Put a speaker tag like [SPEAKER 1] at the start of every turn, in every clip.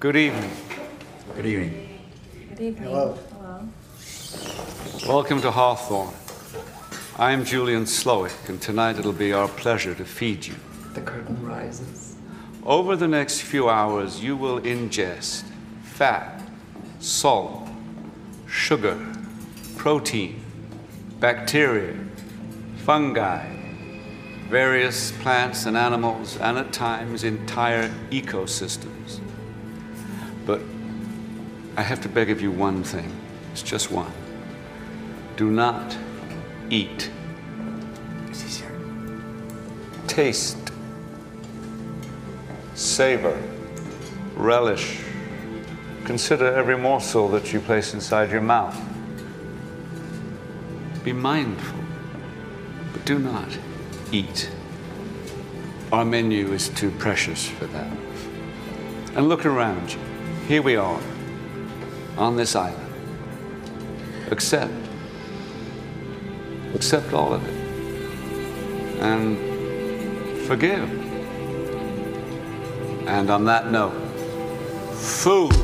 [SPEAKER 1] Good evening.
[SPEAKER 2] Good evening.
[SPEAKER 3] Good evening.
[SPEAKER 4] Hello.
[SPEAKER 1] Welcome to Hawthorne. I'm Julian Slowick, and tonight it'll be our pleasure to feed you.
[SPEAKER 4] The curtain rises.
[SPEAKER 1] Over the next few hours, you will ingest fat, salt, sugar, protein, bacteria, fungi, various plants and animals, and at times entire ecosystems. But I have to beg of you one thing. It's just one. Do not eat. Taste savor, relish. Consider every morsel that you place inside your mouth. Be mindful, but do not eat. Our menu is too precious for that. And look around you. Here we are, on this island. Accept. Accept all of it. And forgive. And on that note, food.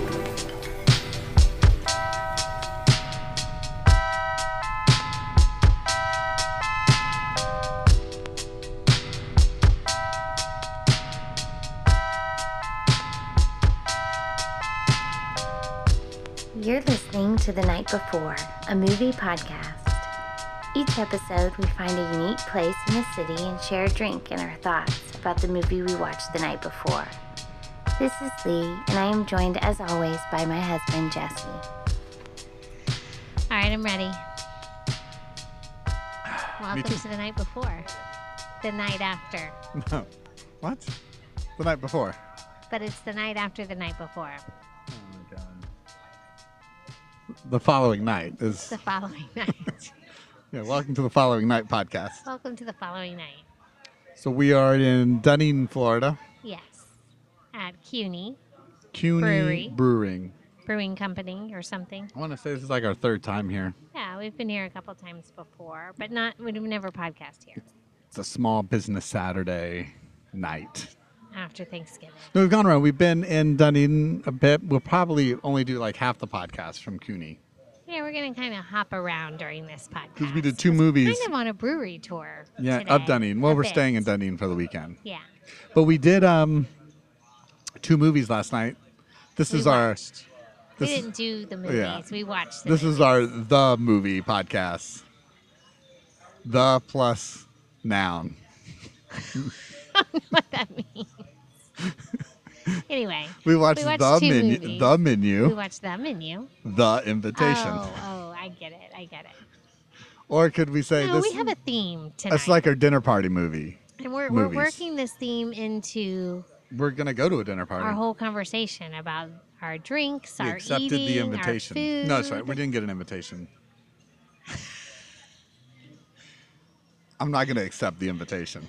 [SPEAKER 5] You're listening to The Night Before, a movie podcast. Each episode, we find a unique place in the city and share a drink and our thoughts about the movie we watched the night before. This is Lee, and I am joined as always by my husband, Jesse. All right, I'm ready.
[SPEAKER 6] Welcome to the night before, the night after,
[SPEAKER 7] No. What? The night before.
[SPEAKER 6] but it's the night after the night before,
[SPEAKER 7] The following night is.
[SPEAKER 6] the following night.
[SPEAKER 7] Yeah, welcome to the following night podcast.
[SPEAKER 6] Welcome to the following night.
[SPEAKER 7] So we are in Dunedin, Florida.
[SPEAKER 6] Yes, at CUNY Brewery.
[SPEAKER 7] CUNY Brewing.
[SPEAKER 6] Brewing Company or something.
[SPEAKER 7] I want to say this is like our third time here.
[SPEAKER 6] Yeah, we've been here a couple times before, but not we've never podcast here
[SPEAKER 7] It's a small business Saturday night.
[SPEAKER 6] after Thanksgiving.
[SPEAKER 7] No, we've gone around. We've been in Dunedin a bit. We'll probably only do like half the podcast from CUNY
[SPEAKER 6] Yeah, we're gonna kind of hop around during this podcast.
[SPEAKER 7] because we did two movies.
[SPEAKER 6] Kind of on a brewery tour.
[SPEAKER 7] Yeah,
[SPEAKER 6] today,
[SPEAKER 7] of Dunedin. Well,
[SPEAKER 6] a
[SPEAKER 7] we're
[SPEAKER 6] bit.
[SPEAKER 7] staying in Dunedin for the weekend.
[SPEAKER 6] Yeah,
[SPEAKER 7] But we did um two movies last night. This
[SPEAKER 6] We
[SPEAKER 7] is our
[SPEAKER 6] watched.
[SPEAKER 7] this
[SPEAKER 6] we
[SPEAKER 7] is-
[SPEAKER 6] didn't do the movies. We watched. The
[SPEAKER 7] This is our the movie podcast. The plus noun.
[SPEAKER 6] what that means. anyway,
[SPEAKER 7] We watched,
[SPEAKER 6] watched
[SPEAKER 7] the
[SPEAKER 6] two
[SPEAKER 7] menu,
[SPEAKER 6] movies.
[SPEAKER 7] the
[SPEAKER 6] we
[SPEAKER 7] menu,
[SPEAKER 6] watched the menu.
[SPEAKER 7] the invitation.
[SPEAKER 6] Oh, oh, I get it. I get it.
[SPEAKER 7] Or could we say
[SPEAKER 6] No,
[SPEAKER 7] this?
[SPEAKER 6] we have a theme tonight.
[SPEAKER 7] it's like our dinner party movie.
[SPEAKER 6] and we're, we're
[SPEAKER 7] movies.
[SPEAKER 6] working this theme into
[SPEAKER 7] We're gonna go to a dinner party.
[SPEAKER 6] our whole conversation about our drinks,
[SPEAKER 7] we
[SPEAKER 6] our
[SPEAKER 7] accepted
[SPEAKER 6] eating,
[SPEAKER 7] the invitation.
[SPEAKER 6] our food.
[SPEAKER 7] No, that's right. We didn't get an invitation. I'm not gonna accept the invitation.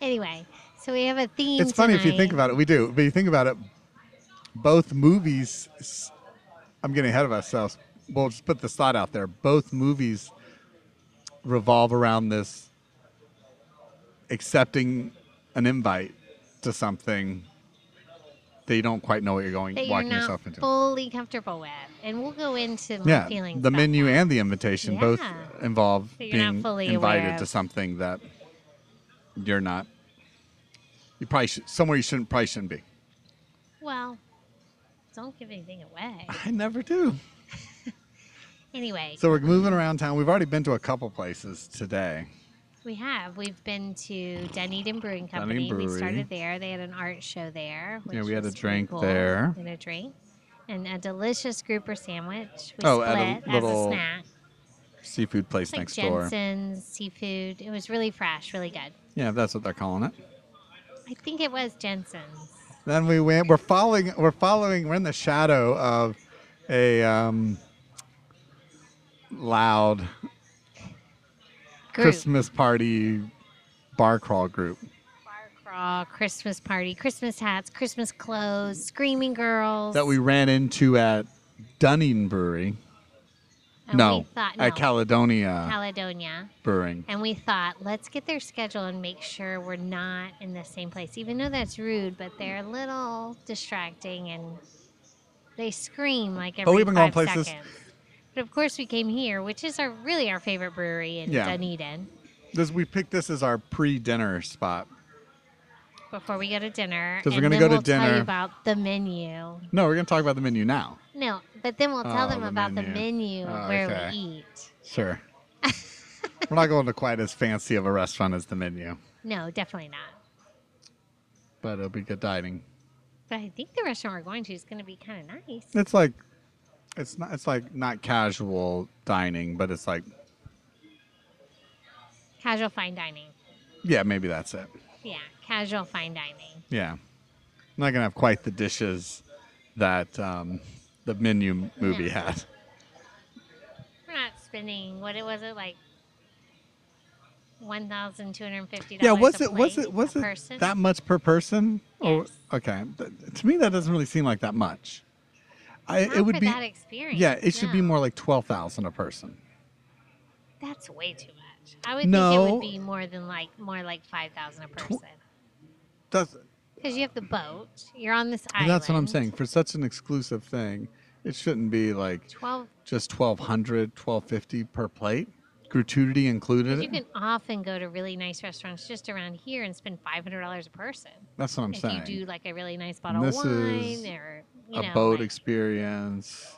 [SPEAKER 6] Anyway, so we have a theme.
[SPEAKER 7] It's funny if you think about it. We do, but you think about it. Both movies. s- I'm getting ahead of ourselves. We'll just put this thought out there. Both movies revolve around this accepting an invite to something that you don't quite know what you're going
[SPEAKER 6] that you're
[SPEAKER 7] walking
[SPEAKER 6] not
[SPEAKER 7] yourself into.
[SPEAKER 6] fully comfortable with, and we'll go into my
[SPEAKER 7] yeah,
[SPEAKER 6] feelings.
[SPEAKER 7] the
[SPEAKER 6] about
[SPEAKER 7] menu
[SPEAKER 6] that.
[SPEAKER 7] and the invitation both
[SPEAKER 6] Yeah.
[SPEAKER 7] involve
[SPEAKER 6] That you're not
[SPEAKER 7] being
[SPEAKER 6] fully aware
[SPEAKER 7] invited to
[SPEAKER 6] of.
[SPEAKER 7] something that you're not. You probably should, somewhere you shouldn't probably shouldn't be.
[SPEAKER 6] Well, don't give anything away.
[SPEAKER 7] I never do.
[SPEAKER 6] Anyway,
[SPEAKER 7] So we're moving around town. We've already been to a couple places today.
[SPEAKER 6] We have. We've been to Dunedin Brewing Company.
[SPEAKER 7] Dunedin
[SPEAKER 6] We
[SPEAKER 7] Brewery.
[SPEAKER 6] started there. They had an art show there.
[SPEAKER 7] Yeah,
[SPEAKER 6] which
[SPEAKER 7] we had a
[SPEAKER 6] was pretty
[SPEAKER 7] drink
[SPEAKER 6] cool,
[SPEAKER 7] there.
[SPEAKER 6] And a drink. And a delicious grouper sandwich. We
[SPEAKER 7] Oh,
[SPEAKER 6] split
[SPEAKER 7] at
[SPEAKER 6] as
[SPEAKER 7] a little
[SPEAKER 6] a snack.
[SPEAKER 7] Seafood place
[SPEAKER 6] It's like
[SPEAKER 7] next door.
[SPEAKER 6] Jensen's seafood. It was really fresh, really good.
[SPEAKER 7] Yeah, that's what they're calling it.
[SPEAKER 6] I think it was Jensen's.
[SPEAKER 7] Then we went. We're following. We're following. We're in the shadow of a um, loud
[SPEAKER 6] Group.
[SPEAKER 7] Christmas party bar crawl group.
[SPEAKER 6] Bar crawl, Christmas party, Christmas hats, Christmas clothes, screaming girls.
[SPEAKER 7] that we ran into at Dunning Brewery.
[SPEAKER 6] And
[SPEAKER 7] no,
[SPEAKER 6] we thought,
[SPEAKER 7] at
[SPEAKER 6] no,
[SPEAKER 7] Caledonia
[SPEAKER 6] Caledonia.
[SPEAKER 7] Brewing.
[SPEAKER 6] And we thought, let's get their schedule and make sure we're not in the same place. Even though that's rude, but they're a little distracting and they scream like every
[SPEAKER 7] But we've been going
[SPEAKER 6] five
[SPEAKER 7] places.
[SPEAKER 6] seconds. But of course, we came here, which is our really our favorite brewery in
[SPEAKER 7] Yeah.
[SPEAKER 6] Dunedin.
[SPEAKER 7] This we picked this as our pre-dinner spot.
[SPEAKER 6] Before we go to dinner,
[SPEAKER 7] 'Cause we're
[SPEAKER 6] and
[SPEAKER 7] gonna
[SPEAKER 6] then
[SPEAKER 7] go to
[SPEAKER 6] we'll Tell
[SPEAKER 7] dinner.
[SPEAKER 6] you about the menu.
[SPEAKER 7] No, we're gonna talk about the menu now.
[SPEAKER 6] No, but then we'll tell
[SPEAKER 7] Oh,
[SPEAKER 6] them
[SPEAKER 7] the
[SPEAKER 6] about the menu
[SPEAKER 7] menu. Oh,
[SPEAKER 6] of where
[SPEAKER 7] okay.
[SPEAKER 6] we eat.
[SPEAKER 7] Sure. we're not going to quite as fancy of a restaurant as the menu,
[SPEAKER 6] No, definitely not.
[SPEAKER 7] but it'll be good dining.
[SPEAKER 6] But I think the restaurant we're going to is going to be kind of nice.
[SPEAKER 7] It's like, it's not. It's like not casual dining, but it's like,
[SPEAKER 6] Casual fine dining.
[SPEAKER 7] yeah, maybe that's it.
[SPEAKER 6] Yeah, casual fine dining.
[SPEAKER 7] Yeah, I'm not gonna have quite the dishes that um, the menu movie
[SPEAKER 6] Yeah.
[SPEAKER 7] had.
[SPEAKER 6] We're not spending what it was it like one thousand two hundred fifty
[SPEAKER 7] Yeah,
[SPEAKER 6] dollars.
[SPEAKER 7] was it was it was
[SPEAKER 6] a
[SPEAKER 7] it
[SPEAKER 6] person?
[SPEAKER 7] that much per person? Oh,
[SPEAKER 6] Yes.
[SPEAKER 7] Okay, Th- to me that doesn't really seem like that much. I,
[SPEAKER 6] Not
[SPEAKER 7] it would
[SPEAKER 6] for
[SPEAKER 7] be
[SPEAKER 6] that experience.
[SPEAKER 7] yeah, it should be
[SPEAKER 6] no.
[SPEAKER 7] more like twelve thousand a person.
[SPEAKER 6] That's way too much. I would think it
[SPEAKER 7] No.
[SPEAKER 6] would be more than like more like five thousand a person
[SPEAKER 7] That's
[SPEAKER 6] because you have the boat. You're on this island.
[SPEAKER 7] that's what I'm saying. For such an exclusive thing, it shouldn't be like
[SPEAKER 6] Twelve.
[SPEAKER 7] just 1200 1250 per plate, gratuity included.
[SPEAKER 6] You can often go to really nice restaurants just around here and spend five hundred dollars a person
[SPEAKER 7] that's what I'm
[SPEAKER 6] if
[SPEAKER 7] saying.
[SPEAKER 6] you do like a really nice bottle
[SPEAKER 7] this
[SPEAKER 6] of wine
[SPEAKER 7] is
[SPEAKER 6] or you know
[SPEAKER 7] a boat
[SPEAKER 6] like-
[SPEAKER 7] experience.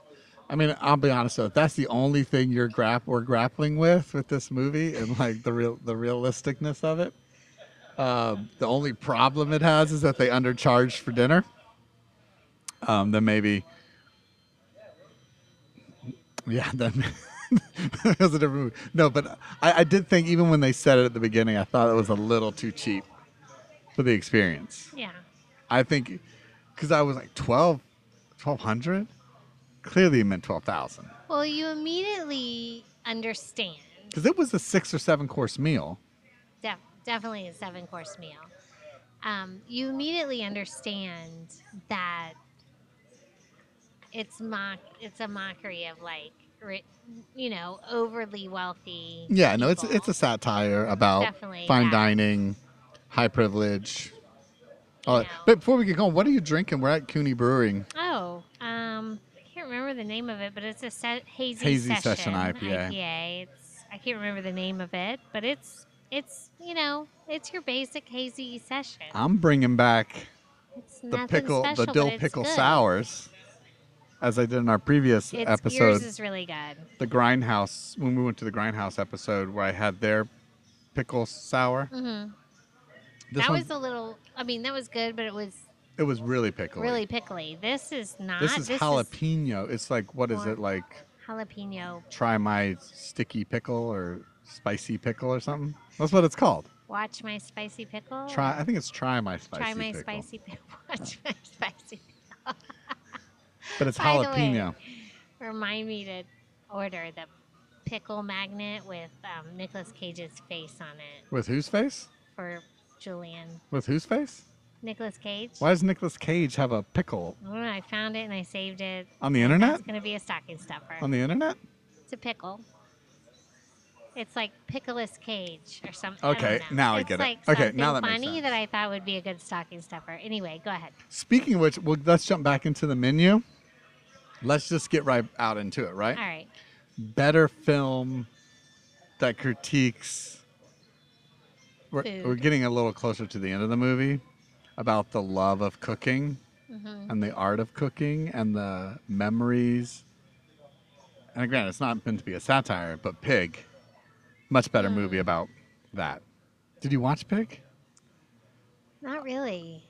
[SPEAKER 7] I mean, I'll be honest though, if that's the only thing you're grap we're grappling with with this movie and like the real the realisticness of it. Um, the only problem it has is that they undercharged for dinner. Um, then maybe, yeah, then that was a different movie. No, but I, I did think even when they said it at the beginning, I thought it was a little too cheap for the experience.
[SPEAKER 6] Yeah.
[SPEAKER 7] I think because I was like 12, 1200. Clearly, it meant 12,000
[SPEAKER 6] Well, you immediately understand.
[SPEAKER 7] because it was a six or seven course meal.
[SPEAKER 6] Def- definitely a seven course meal. Um, you immediately understand that it's mock. It's a mockery of like, ri- you know, overly wealthy.
[SPEAKER 7] Yeah, no, it's
[SPEAKER 6] people.
[SPEAKER 7] it's a satire about
[SPEAKER 6] Definitely,
[SPEAKER 7] fine
[SPEAKER 6] yeah.
[SPEAKER 7] dining, high privilege. All that.
[SPEAKER 6] Yeah.
[SPEAKER 7] But before we get going, what are you drinking? We're at Cooney Brewing.
[SPEAKER 6] Oh, um, I can't remember the name of it, but it's a se- hazy,
[SPEAKER 7] Hazy Session IPA.
[SPEAKER 6] IPA. It's I can't remember the name of it, but it's it's you know it's your basic hazy session.
[SPEAKER 7] I'm bringing back
[SPEAKER 6] it's
[SPEAKER 7] the
[SPEAKER 6] nothing
[SPEAKER 7] pickle,
[SPEAKER 6] special,
[SPEAKER 7] the
[SPEAKER 6] but
[SPEAKER 7] dill
[SPEAKER 6] it's
[SPEAKER 7] pickle
[SPEAKER 6] good.
[SPEAKER 7] sours, as I did in our previous
[SPEAKER 6] It's,
[SPEAKER 7] episode.
[SPEAKER 6] Yours is really good.
[SPEAKER 7] the grindhouse when we went to the grindhouse episode where I had their pickle sour.
[SPEAKER 6] Mhm.
[SPEAKER 7] This
[SPEAKER 6] that
[SPEAKER 7] one,
[SPEAKER 6] was a little. I mean, that was good, but it was
[SPEAKER 7] it was really pickly.
[SPEAKER 6] really pickly. This is not.
[SPEAKER 7] this is jalapeno. it's like what is
[SPEAKER 6] more-
[SPEAKER 7] it like?
[SPEAKER 6] jalapeno.
[SPEAKER 7] Try my sticky pickle or spicy pickle or something. That's what it's called.
[SPEAKER 6] Watch my spicy pickle.
[SPEAKER 7] Try. I think it's try my spicy.
[SPEAKER 6] Oh, Try my
[SPEAKER 7] pickle.
[SPEAKER 6] spicy pickle. Watch my spicy.
[SPEAKER 7] But it's
[SPEAKER 6] By the way,
[SPEAKER 7] jalapeno.
[SPEAKER 6] Remind me to order the pickle magnet with um, Nicolas Cage's face on it
[SPEAKER 7] With whose face?
[SPEAKER 6] for Julian.
[SPEAKER 7] With whose face?
[SPEAKER 6] Nicolas Cage.
[SPEAKER 7] Why does Nicolas Cage have a pickle
[SPEAKER 6] I don't know, I found it and I saved it.
[SPEAKER 7] on the
[SPEAKER 6] That's
[SPEAKER 7] internet?
[SPEAKER 6] gonna be a stocking stuffer.
[SPEAKER 7] On the internet?
[SPEAKER 6] It's a pickle. It's like Pickleless Cage or something.
[SPEAKER 7] Okay,
[SPEAKER 6] I don't know.
[SPEAKER 7] now I
[SPEAKER 6] It's
[SPEAKER 7] get it.
[SPEAKER 6] like
[SPEAKER 7] Okay,
[SPEAKER 6] something
[SPEAKER 7] now that makes
[SPEAKER 6] funny
[SPEAKER 7] sense.
[SPEAKER 6] that I thought would be a good stocking stuffer. Anyway, go ahead.
[SPEAKER 7] Speaking of which, well, let's jump back into the menu. Let's just get right out into it, right?
[SPEAKER 6] All right.
[SPEAKER 7] Better film that critiques. We're,
[SPEAKER 6] Food.
[SPEAKER 7] we're getting a little closer to the end of the movie about the love of cooking
[SPEAKER 6] Mm-hmm.
[SPEAKER 7] and the art of cooking and the memories. And again, it's not meant to be a satire, but Pig, much better
[SPEAKER 6] Mm.
[SPEAKER 7] movie about that. Did you watch Pig?
[SPEAKER 6] Not really.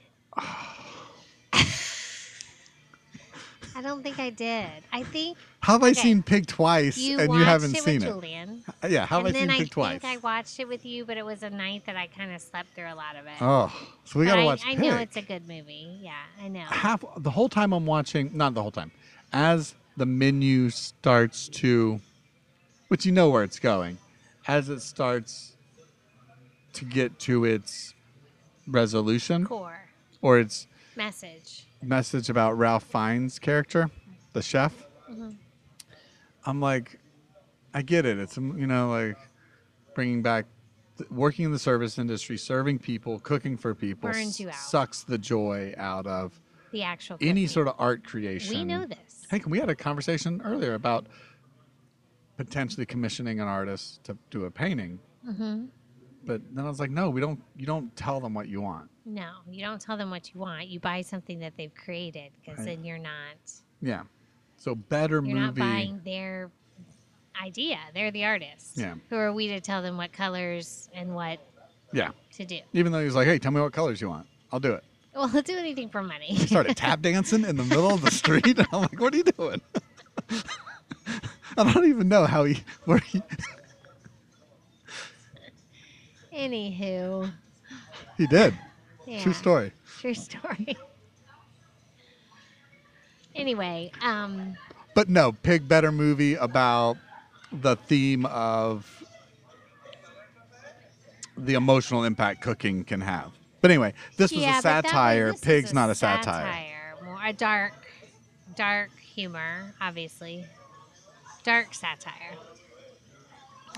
[SPEAKER 6] I don't think I did. I think
[SPEAKER 7] How have I
[SPEAKER 6] Okay.
[SPEAKER 7] seen Pig twice
[SPEAKER 6] you
[SPEAKER 7] and
[SPEAKER 6] watched
[SPEAKER 7] you haven't
[SPEAKER 6] it
[SPEAKER 7] seen
[SPEAKER 6] with
[SPEAKER 7] it?
[SPEAKER 6] Julian.
[SPEAKER 7] Yeah, how have I
[SPEAKER 6] and
[SPEAKER 7] seen
[SPEAKER 6] then I
[SPEAKER 7] Pig
[SPEAKER 6] think
[SPEAKER 7] twice?
[SPEAKER 6] I watched it with you, but it was a night that I kind of slept through a lot of it.
[SPEAKER 7] Oh, so we
[SPEAKER 6] But
[SPEAKER 7] gotta
[SPEAKER 6] I,
[SPEAKER 7] watch.
[SPEAKER 6] I
[SPEAKER 7] Pig.
[SPEAKER 6] know it's a good movie. Yeah, I know.
[SPEAKER 7] half the whole time I'm watching. Not the whole time. As the menu starts to, which you know where it's going, as it starts to get to its resolution
[SPEAKER 6] Core
[SPEAKER 7] or its
[SPEAKER 6] message. Mm-hmm.
[SPEAKER 7] message about Ralph Fiennes' character, the chef. I'm like, I get it. It's um, you know like bringing back th- working in the service industry, serving people, cooking for people
[SPEAKER 6] Burns
[SPEAKER 7] s-
[SPEAKER 6] you out.
[SPEAKER 7] sucks the joy out of
[SPEAKER 6] The actual
[SPEAKER 7] any
[SPEAKER 6] cooking.
[SPEAKER 7] sort of art creation.
[SPEAKER 6] We know this.
[SPEAKER 7] Hank, we had a conversation earlier about potentially commissioning an artist to do a painting.
[SPEAKER 6] Mm-hmm.
[SPEAKER 7] But then I was like, no, we don't. You don't tell them what you want.
[SPEAKER 6] No, you don't tell them what you want. You buy something that they've created because
[SPEAKER 7] Right.
[SPEAKER 6] then you're not
[SPEAKER 7] Yeah. So better
[SPEAKER 6] you're not
[SPEAKER 7] movie.
[SPEAKER 6] buying their idea. They're the artists.
[SPEAKER 7] Yeah.
[SPEAKER 6] Who are we to tell them what colors and what
[SPEAKER 7] Yeah.
[SPEAKER 6] to do?
[SPEAKER 7] Even though he was like, hey, tell me what colors you want. I'll do it.
[SPEAKER 6] Well, they'll do anything for money.
[SPEAKER 7] He started tap dancing in the middle of the street. I'm like, what are you doing? I don't even know how he where he,
[SPEAKER 6] Anywho,
[SPEAKER 7] he did.
[SPEAKER 6] yeah,
[SPEAKER 7] True story.
[SPEAKER 6] True story. anyway, um,
[SPEAKER 7] But no, Pig Better movie about the theme of the emotional impact cooking can have. But anyway, this was
[SPEAKER 6] yeah, but
[SPEAKER 7] a
[SPEAKER 6] that was-
[SPEAKER 7] satire.
[SPEAKER 6] this is
[SPEAKER 7] Pig's not a satire.
[SPEAKER 6] More a dark, dark humor, obviously. Dark satire.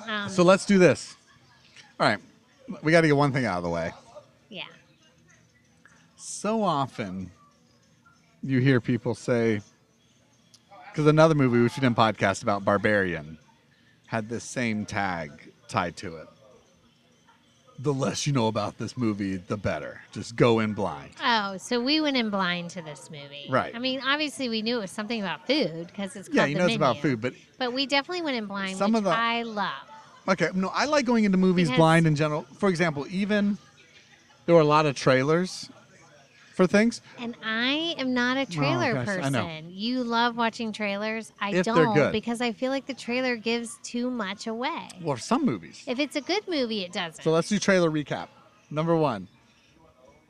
[SPEAKER 6] Um,
[SPEAKER 7] So let's do this. All right. We got to get one thing out of the way.
[SPEAKER 6] yeah.
[SPEAKER 7] so often you hear people say because another movie which we did a podcast about barbarian had this same tag tied to it the less you know about this movie the better just go in blind
[SPEAKER 6] Oh, so we went in blind to this movie.
[SPEAKER 7] Right.
[SPEAKER 6] I mean, obviously we knew it was something about food because it's called
[SPEAKER 7] yeah you
[SPEAKER 6] The
[SPEAKER 7] know it's about
[SPEAKER 6] Menu.
[SPEAKER 7] food but
[SPEAKER 6] But we definitely went in blind,
[SPEAKER 7] Some
[SPEAKER 6] which
[SPEAKER 7] of the-
[SPEAKER 6] I love.
[SPEAKER 7] okay no i like going into movies
[SPEAKER 6] Because-
[SPEAKER 7] blind in general for example even there were a lot of trailers for things
[SPEAKER 6] And I am not a trailer
[SPEAKER 7] Oh, gosh, I
[SPEAKER 6] person.
[SPEAKER 7] know.
[SPEAKER 6] You love watching trailers. I
[SPEAKER 7] If they're
[SPEAKER 6] don't
[SPEAKER 7] good.
[SPEAKER 6] because I feel like the trailer gives too much away.
[SPEAKER 7] well some movies
[SPEAKER 6] If it's a good movie, it doesn't.
[SPEAKER 7] So let's do trailer recap. Number one,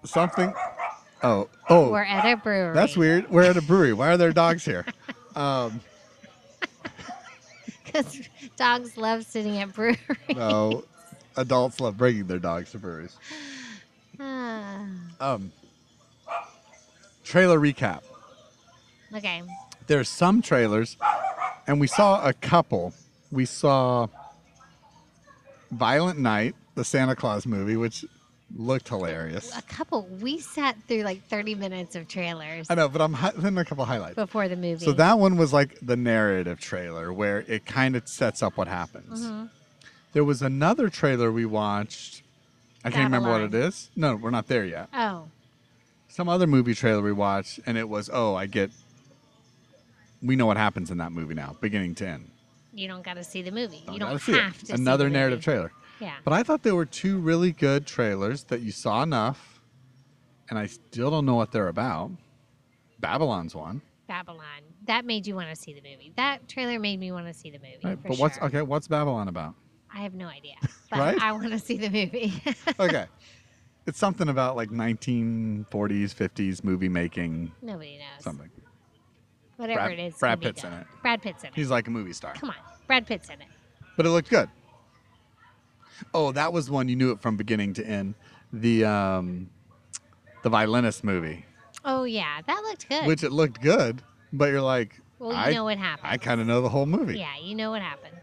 [SPEAKER 7] something. Oh, oh,
[SPEAKER 6] We're at a brewery.
[SPEAKER 7] that's weird. We're at a brewery. Why are there dogs here?
[SPEAKER 6] Because dogs love sitting at breweries.
[SPEAKER 7] No, Oh, adults love bringing their dogs to breweries.
[SPEAKER 6] Ah,
[SPEAKER 7] Um, trailer recap.
[SPEAKER 6] okay.
[SPEAKER 7] There's some trailers, and we saw a couple. We saw Violent Night, the Santa Claus movie, which looked hilarious.
[SPEAKER 6] A couple. We sat through like 30 minutes of trailers
[SPEAKER 7] I know, but I'm hi- then a couple highlights.
[SPEAKER 6] before the movie.
[SPEAKER 7] So that one was like the narrative trailer where it kind of sets up what happens.
[SPEAKER 6] Mm-hmm.
[SPEAKER 7] There was another trailer we watched. I can't remember what it
[SPEAKER 6] Babylon.
[SPEAKER 7] is. No, we're not there yet.
[SPEAKER 6] Oh,
[SPEAKER 7] Some other movie trailer we watched, and it was, oh, I get. We know what happens in that movie now, beginning to end.
[SPEAKER 6] you don't got to see the movie. you
[SPEAKER 7] gotta
[SPEAKER 6] don't
[SPEAKER 7] see it.
[SPEAKER 6] have to.
[SPEAKER 7] Another
[SPEAKER 6] see the
[SPEAKER 7] narrative
[SPEAKER 6] movie.
[SPEAKER 7] trailer.
[SPEAKER 6] Yeah.
[SPEAKER 7] But I thought there were two really good trailers that you saw enough, and I still don't know what they're about. Babylon's one.
[SPEAKER 6] Babylon. That made you want to see the movie. That trailer made me want to see the movie.
[SPEAKER 7] Right?
[SPEAKER 6] for
[SPEAKER 7] But what's
[SPEAKER 6] sure.
[SPEAKER 7] okay? What's Babylon about?
[SPEAKER 6] I have no idea. But
[SPEAKER 7] Right?
[SPEAKER 6] I want to see the movie.
[SPEAKER 7] okay. It's something about like 1940s, 50s movie making
[SPEAKER 6] Nobody knows.
[SPEAKER 7] something.
[SPEAKER 6] Whatever it
[SPEAKER 7] Brad-
[SPEAKER 6] is. it's gonna
[SPEAKER 7] Brad
[SPEAKER 6] be
[SPEAKER 7] Pitt's in
[SPEAKER 6] good.
[SPEAKER 7] it.
[SPEAKER 6] Brad Pitt's in it.
[SPEAKER 7] He's like a movie star.
[SPEAKER 6] Come on. Brad Pitt's in it.
[SPEAKER 7] But it looked good. Oh, that was one you knew it from beginning to end. The um the violinist movie,
[SPEAKER 6] Oh, yeah. That looked good.
[SPEAKER 7] which it looked good, but you're like
[SPEAKER 6] well, you
[SPEAKER 7] I,
[SPEAKER 6] know what happens.
[SPEAKER 7] I kind of know the whole movie.
[SPEAKER 6] Yeah, you know what happens.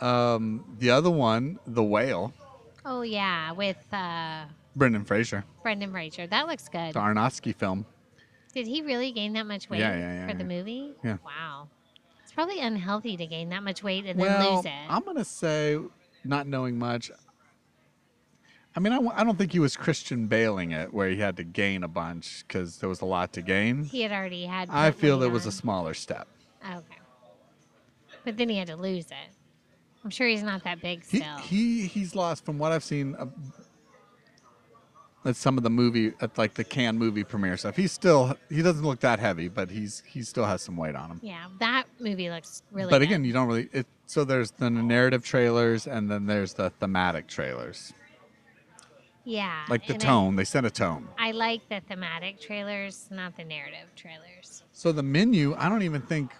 [SPEAKER 7] Um the other one, The Whale,
[SPEAKER 6] Oh yeah, with uh,
[SPEAKER 7] Brendan Fraser,
[SPEAKER 6] Brendan Fraser. That looks good.
[SPEAKER 7] the Aronofsky film.
[SPEAKER 6] Did he really gain that much weight
[SPEAKER 7] Yeah, yeah, yeah,
[SPEAKER 6] for the
[SPEAKER 7] yeah.
[SPEAKER 6] movie?
[SPEAKER 7] Yeah.
[SPEAKER 6] Wow. It's probably unhealthy to gain that much weight and then
[SPEAKER 7] well,
[SPEAKER 6] lose it.
[SPEAKER 7] I'm gonna say, not knowing much. I mean, I, w- I don't think he was Christian bailing it where he had to gain a bunch because there was a lot to gain.
[SPEAKER 6] he had already had.
[SPEAKER 7] I
[SPEAKER 6] put
[SPEAKER 7] feel
[SPEAKER 6] weight
[SPEAKER 7] it was a
[SPEAKER 6] on.
[SPEAKER 7] smaller step.
[SPEAKER 6] okay. But then he had to lose it. I'm sure he's not that big
[SPEAKER 7] He,
[SPEAKER 6] still.
[SPEAKER 7] he he's lost from what I've seen. Uh, at some of the movie at like the Cannes movie premiere stuff. He's still he doesn't look that heavy, but he's he still has some weight on him.
[SPEAKER 6] yeah, that movie looks really.
[SPEAKER 7] but
[SPEAKER 6] good.
[SPEAKER 7] again, you don't really. It, so there's the narrative trailers and then there's the thematic trailers,
[SPEAKER 6] yeah,
[SPEAKER 7] like the
[SPEAKER 6] and I-
[SPEAKER 7] tone. they sent a tone.
[SPEAKER 6] I like the thematic trailers, not the narrative trailers.
[SPEAKER 7] So the menu, I don't even think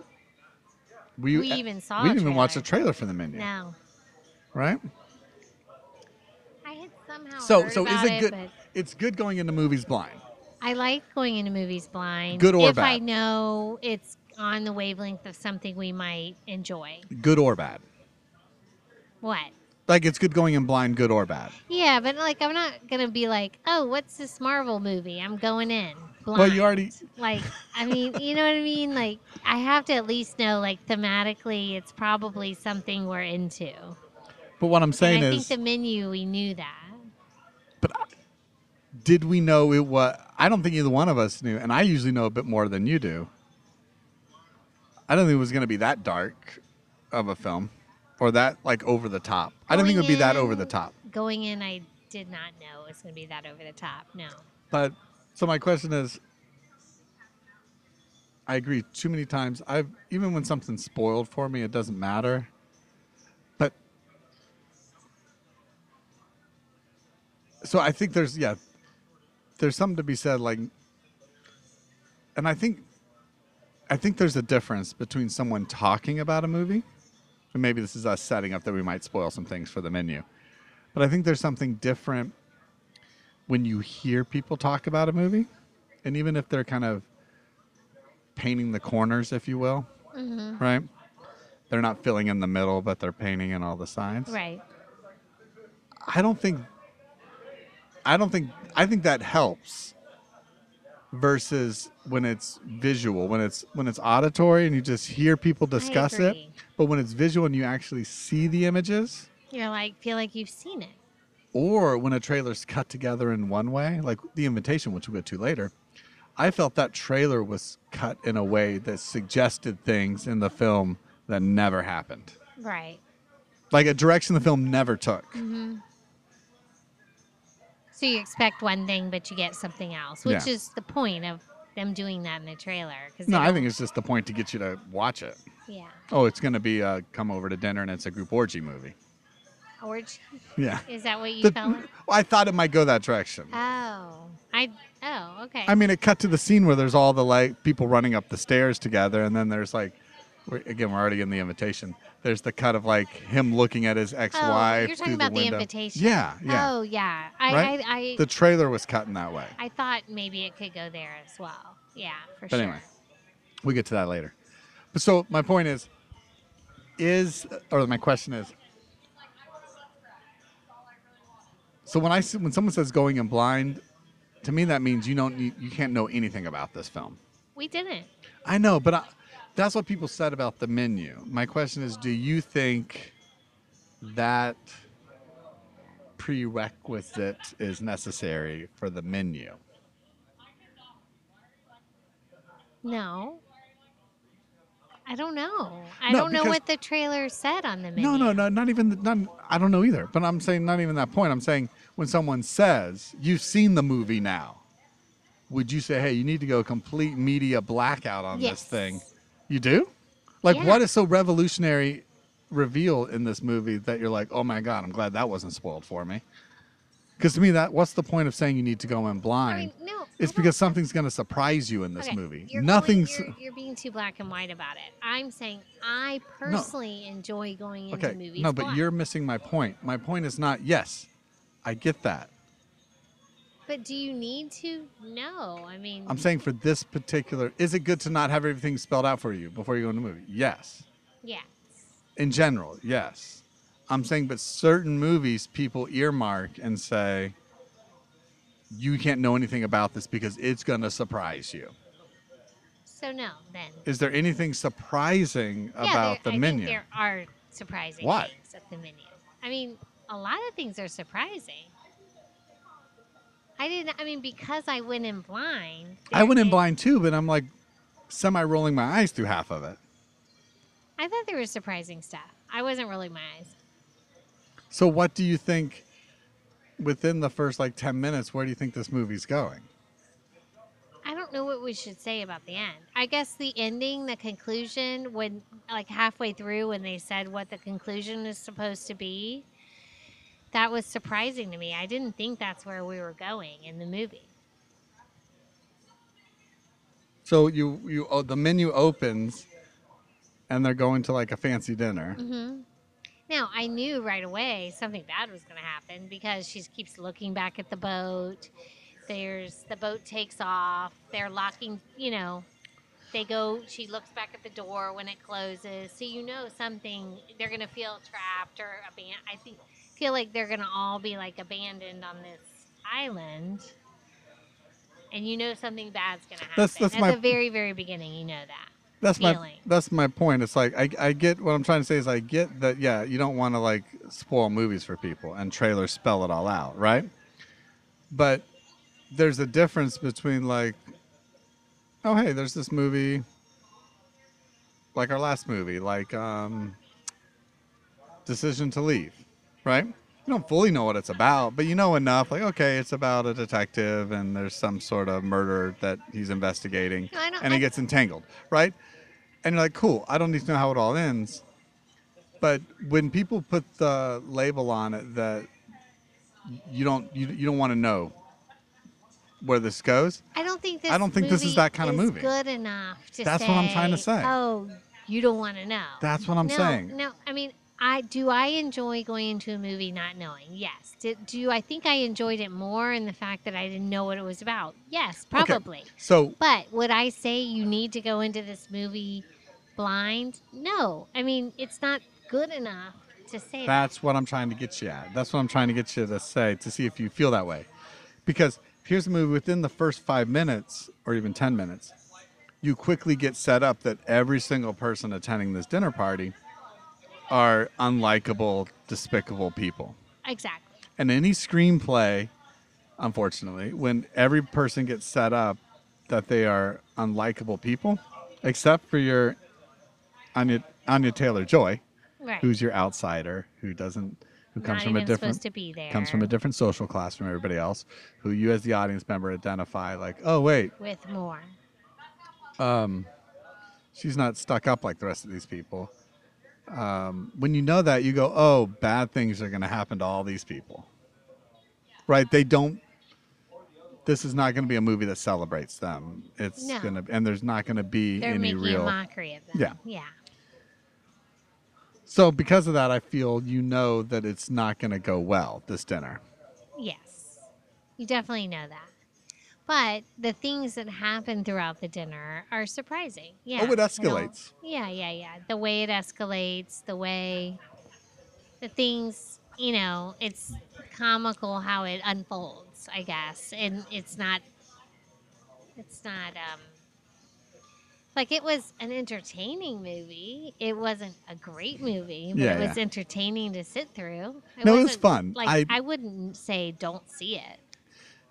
[SPEAKER 7] we,
[SPEAKER 6] We even saw
[SPEAKER 7] We
[SPEAKER 6] a
[SPEAKER 7] didn't even watch a
[SPEAKER 6] trailer.
[SPEAKER 7] trailer for the menu,
[SPEAKER 6] No,
[SPEAKER 7] right?
[SPEAKER 6] I had somehow.
[SPEAKER 7] So
[SPEAKER 6] heard
[SPEAKER 7] so is
[SPEAKER 6] about
[SPEAKER 7] it good?
[SPEAKER 6] but-
[SPEAKER 7] It's good going into movies blind.
[SPEAKER 6] I like going into movies blind.
[SPEAKER 7] Good or
[SPEAKER 6] if I
[SPEAKER 7] bad?
[SPEAKER 6] know it's on the wavelength of something we might enjoy.
[SPEAKER 7] Good or bad?
[SPEAKER 6] What?
[SPEAKER 7] Like it's good going in blind, good or bad.
[SPEAKER 6] Yeah, but like I'm not gonna be like, oh, what's this Marvel movie? I'm going in. Blind.
[SPEAKER 7] Well, you already-
[SPEAKER 6] like. I mean, you know what I mean? Like, I have to at least know like thematically, it's probably something we're into.
[SPEAKER 7] But what I'm saying
[SPEAKER 6] and I
[SPEAKER 7] is,
[SPEAKER 6] think the menu we knew that.
[SPEAKER 7] but I- did we know it was? I don't think either one of us knew, and I usually know a bit more than you do. I don't think it was going to be that dark of a film, or that like over the top. I don't think it would
[SPEAKER 6] Going
[SPEAKER 7] be that
[SPEAKER 6] in-
[SPEAKER 7] over the top.
[SPEAKER 6] Going in, I did not know it was gonna be that over the top. No.
[SPEAKER 7] But so my question is, I agree. Too many times, I've even when something's spoiled for me, it doesn't matter. But so I think there's yeah, there's something to be said. Like, and I think, I think there's a difference between someone talking about a movie, and maybe this is us setting up that we might spoil some things for the menu. But I think there's something different when you hear people talk about a movie, and even if they're kind of painting the corners, if you will, right? They're not filling in the middle, but they're painting in all the sides.
[SPEAKER 6] Right.
[SPEAKER 7] I don't think. I don't think. I think that helps. Versus when it's visual, when it's when it's auditory and you just hear people discuss it,
[SPEAKER 6] agree.
[SPEAKER 7] but when it's visual and you actually see the images,
[SPEAKER 6] You're like, feel like you've seen it.
[SPEAKER 7] or when a trailer's cut together in one way, like the invitation, which we'll get to later, I felt that trailer was cut in a way that suggested things in the film that never happened.
[SPEAKER 6] Right.
[SPEAKER 7] Like a direction the film never took.
[SPEAKER 6] So you expect one thing, but you get something else, which
[SPEAKER 7] Yeah.
[SPEAKER 6] is the point of them doing that in the trailer. Cause
[SPEAKER 7] No,
[SPEAKER 6] they
[SPEAKER 7] I
[SPEAKER 6] don't-
[SPEAKER 7] think it's just the point to get you to watch it.
[SPEAKER 6] Yeah.
[SPEAKER 7] Oh, it's going to be a come over to dinner and it's a group orgy movie.
[SPEAKER 6] Orgy.
[SPEAKER 7] Yeah.
[SPEAKER 6] Is that what you
[SPEAKER 7] The-
[SPEAKER 6] felt? Like?
[SPEAKER 7] I thought it might go that direction.
[SPEAKER 6] Oh, I. Oh, okay.
[SPEAKER 7] I mean, it cut to the scene where there's all the like people running up the stairs together, and then there's like, we're, again, we're already in the invitation. There's the cut of like him looking at his
[SPEAKER 6] oh,
[SPEAKER 7] ex-wife
[SPEAKER 6] you're talking
[SPEAKER 7] through
[SPEAKER 6] about
[SPEAKER 7] the
[SPEAKER 6] the,
[SPEAKER 7] window.
[SPEAKER 6] invitation.
[SPEAKER 7] Yeah, yeah.
[SPEAKER 6] Oh, yeah. I,
[SPEAKER 7] Right?
[SPEAKER 6] I, I,
[SPEAKER 7] The trailer was cut in that way.
[SPEAKER 6] I thought maybe it could go there as well. Yeah, for
[SPEAKER 7] But
[SPEAKER 6] sure.
[SPEAKER 7] anyway, we get to that later. But so my point is, is or my question is, so when I s- when someone says going in blind, to me that means you don't you, you can't know anything about this film.
[SPEAKER 6] We didn't.
[SPEAKER 7] I know, but I, that's what people said about the menu. My question is, do you think that prerequisite is necessary for the menu?
[SPEAKER 6] No. I don't know. I
[SPEAKER 7] No,
[SPEAKER 6] don't know
[SPEAKER 7] because-
[SPEAKER 6] what the trailer said on the menu.
[SPEAKER 7] No, no, no, not even the- not. I don't know either. But I'm saying not even that point. I'm saying when someone says you've seen the movie now, would you say, hey, you need to go complete media blackout on this
[SPEAKER 6] Yes.
[SPEAKER 7] thing? You do? Like,
[SPEAKER 6] Yeah.
[SPEAKER 7] what is so revolutionary reveal in this movie that you're like, oh my god, I'm glad that wasn't spoiled for me? Because to me, that what's the point of saying you need to go in blind?
[SPEAKER 6] I mean, no.
[SPEAKER 7] it's
[SPEAKER 6] I don't-
[SPEAKER 7] because something's going to surprise you in this
[SPEAKER 6] Okay,
[SPEAKER 7] movie.
[SPEAKER 6] you're going-
[SPEAKER 7] Nothing's.
[SPEAKER 6] you're, you're being too black and white about it. I'm saying I personally enjoy going into
[SPEAKER 7] Okay.
[SPEAKER 6] movies.
[SPEAKER 7] No, but
[SPEAKER 6] blind.
[SPEAKER 7] you're missing my point. My point is not yes. I get that.
[SPEAKER 6] But do you need to? No. I mean,
[SPEAKER 7] I'm saying for this particular, is it good to not have everything spelled out for you before you go in the movie? Yes.
[SPEAKER 6] yeah.
[SPEAKER 7] In general, yes. I'm saying, but certain movies people earmark and say, you can't know anything about this because it's going to surprise you.
[SPEAKER 6] So no, then.
[SPEAKER 7] Is there anything surprising
[SPEAKER 6] yeah,
[SPEAKER 7] about
[SPEAKER 6] there,
[SPEAKER 7] the
[SPEAKER 6] I
[SPEAKER 7] menu?
[SPEAKER 6] Think there are surprising
[SPEAKER 7] What?
[SPEAKER 6] things at the menu. I mean, a lot of things are surprising. I didn't. I mean, because I went in blind.
[SPEAKER 7] I
[SPEAKER 6] there
[SPEAKER 7] went in
[SPEAKER 6] is-
[SPEAKER 7] blind too, but I'm like semi rolling my eyes through half of it.
[SPEAKER 6] I thought there was surprising stuff. I wasn't rolling my eyes.
[SPEAKER 7] So, what do you think within the first like 10 minutes, where do you think this movie's going?
[SPEAKER 6] I don't know what we should say about the end. I guess the ending, the conclusion, when like halfway through when they said what the conclusion is supposed to be, that was surprising to me. I didn't think that's where we were going in the movie.
[SPEAKER 7] So you you oh, the menu opens, and they're going to like a fancy dinner.
[SPEAKER 6] Now I knew right away something bad was going to happen because she keeps looking back at the boat. There's the boat takes off. They're locking, you know, They go. She looks back at the door when it closes, so you know something. They're gonna feel trapped or abandoned. I think feel like they're gonna all be like abandoned on this island, and you know something bad's gonna happen.
[SPEAKER 7] That's- that's
[SPEAKER 6] At
[SPEAKER 7] my-
[SPEAKER 6] the very very beginning, you know that.
[SPEAKER 7] That's my
[SPEAKER 6] feeling.
[SPEAKER 7] that's my point. It's like I, I get what I'm trying to say is I get that yeah you don't want to like spoil movies for people and trailers spell it all out right, but there's a difference between like oh hey there's this movie like our last movie like um, Decision to Leave right you don't fully know what it's about but you know enough like okay it's about a detective and there's some sort of murder that he's investigating
[SPEAKER 6] No, I don't-
[SPEAKER 7] and he
[SPEAKER 6] I-
[SPEAKER 7] gets entangled right and you're like, cool, I don't need to know how it all ends. But when people put the label on it that you don't you, you don't want to know where this goes,
[SPEAKER 6] I don't think this.
[SPEAKER 7] I don't think this is
[SPEAKER 6] movie
[SPEAKER 7] that kind of movie.
[SPEAKER 6] Good enough to
[SPEAKER 7] That's what I'm trying to say.
[SPEAKER 6] Oh, you don't want to know.
[SPEAKER 7] That's what I'm
[SPEAKER 6] No,
[SPEAKER 7] saying.
[SPEAKER 6] No, I mean, I do. I enjoy going into a movie not knowing. Yes. Do, do I think I enjoyed it more in the fact that I didn't know what it was about? Yes, probably.
[SPEAKER 7] so
[SPEAKER 6] But would I say you need to go into this movie blind? No. I mean, it's not good enough to say that.
[SPEAKER 7] that's what I'm trying to get you at. That's what I'm trying to get you to say to see if you feel that way. Because here's a movie within the first five minutes or even ten minutes, you quickly get set up that every single person attending this dinner party are unlikable, despicable people.
[SPEAKER 6] Exactly.
[SPEAKER 7] And any screenplay, unfortunately, when every person gets set up that they are unlikable people, except for your Anya, Anya Taylor Joy,
[SPEAKER 6] Right.
[SPEAKER 7] who's your outsider, who doesn't, who comes
[SPEAKER 6] not
[SPEAKER 7] from
[SPEAKER 6] even
[SPEAKER 7] a different,
[SPEAKER 6] supposed to be there?
[SPEAKER 7] comes from a different social class from everybody else, who you as the audience member identify like, oh wait,
[SPEAKER 6] with more.
[SPEAKER 7] um, she's not stuck up like the rest of these people. Um, when you know that, you go, oh, bad things are going to happen to all these people. Right? They don't. This is not going to be a movie that celebrates them. It's
[SPEAKER 6] No.
[SPEAKER 7] going to, and there's not going to be
[SPEAKER 6] They're
[SPEAKER 7] any
[SPEAKER 6] making
[SPEAKER 7] real.
[SPEAKER 6] a mockery of them.
[SPEAKER 7] Yeah.
[SPEAKER 6] Yeah.
[SPEAKER 7] So because of that, I feel you know that it's not going to go well this dinner.
[SPEAKER 6] Yes. You definitely know that. But the things that happen throughout the dinner are surprising. Yeah.
[SPEAKER 7] Oh, it
[SPEAKER 6] you know?
[SPEAKER 7] escalates.
[SPEAKER 6] Yeah, yeah, yeah. The way it escalates, the way the things, you know, it's comical how it unfolds, I guess. And it's not it's not um like it was an entertaining movie. It wasn't a great movie, but
[SPEAKER 7] Yeah,
[SPEAKER 6] it was
[SPEAKER 7] yeah.
[SPEAKER 6] entertaining to sit through.
[SPEAKER 7] No, it was
[SPEAKER 6] wasn't-
[SPEAKER 7] fun.
[SPEAKER 6] Like
[SPEAKER 7] I-
[SPEAKER 6] I wouldn't say don't see it.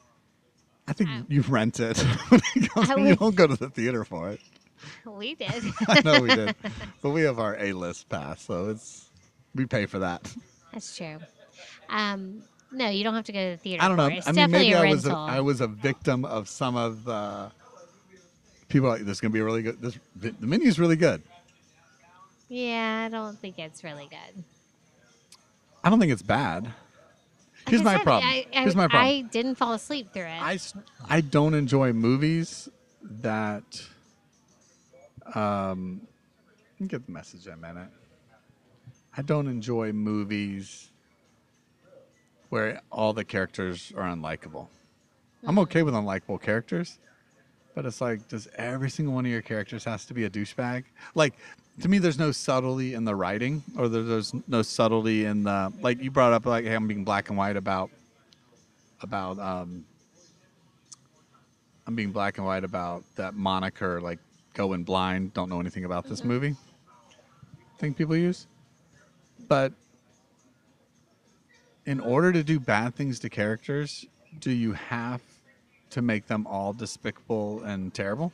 [SPEAKER 7] I think
[SPEAKER 6] Oh.
[SPEAKER 7] you rent it. when it comes-
[SPEAKER 6] I
[SPEAKER 7] you
[SPEAKER 6] would-
[SPEAKER 7] don't go to the theater for it.
[SPEAKER 6] We did.
[SPEAKER 7] I know we did, but we have our A list pass, so it's we pay for that.
[SPEAKER 6] That's true. Um, no, you don't have to go to the theater.
[SPEAKER 7] I don't know.
[SPEAKER 6] for it. It's
[SPEAKER 7] I mean,
[SPEAKER 6] definitely
[SPEAKER 7] maybe
[SPEAKER 6] a
[SPEAKER 7] I was a,
[SPEAKER 6] rental.
[SPEAKER 7] I was a victim of some of the people. Are like, this is gonna be really good. This the menu's really good.
[SPEAKER 6] yeah, I don't think it's really good.
[SPEAKER 7] I don't think it's bad.
[SPEAKER 6] Like
[SPEAKER 7] Here's
[SPEAKER 6] I
[SPEAKER 7] my
[SPEAKER 6] said,
[SPEAKER 7] problem.
[SPEAKER 6] I, I,
[SPEAKER 7] Here's my problem.
[SPEAKER 6] I didn't fall asleep through it.
[SPEAKER 7] I, s- I don't enjoy movies that. Um, let me get the message in a minute. I don't enjoy movies where all the characters are unlikable. I'm okay with unlikable characters, but it's like, does every single one of your characters has to be a douchebag? Like, to me, there's no subtlety in the writing, or there- there's no subtlety in the like. You brought up like, hey, I'm being black and white about about um, I'm being black and white about that moniker, like going blind, don't know anything about
[SPEAKER 6] Mm-hmm.
[SPEAKER 7] this movie thing people use. But in order to do bad things to characters, do you have to make them all despicable and terrible?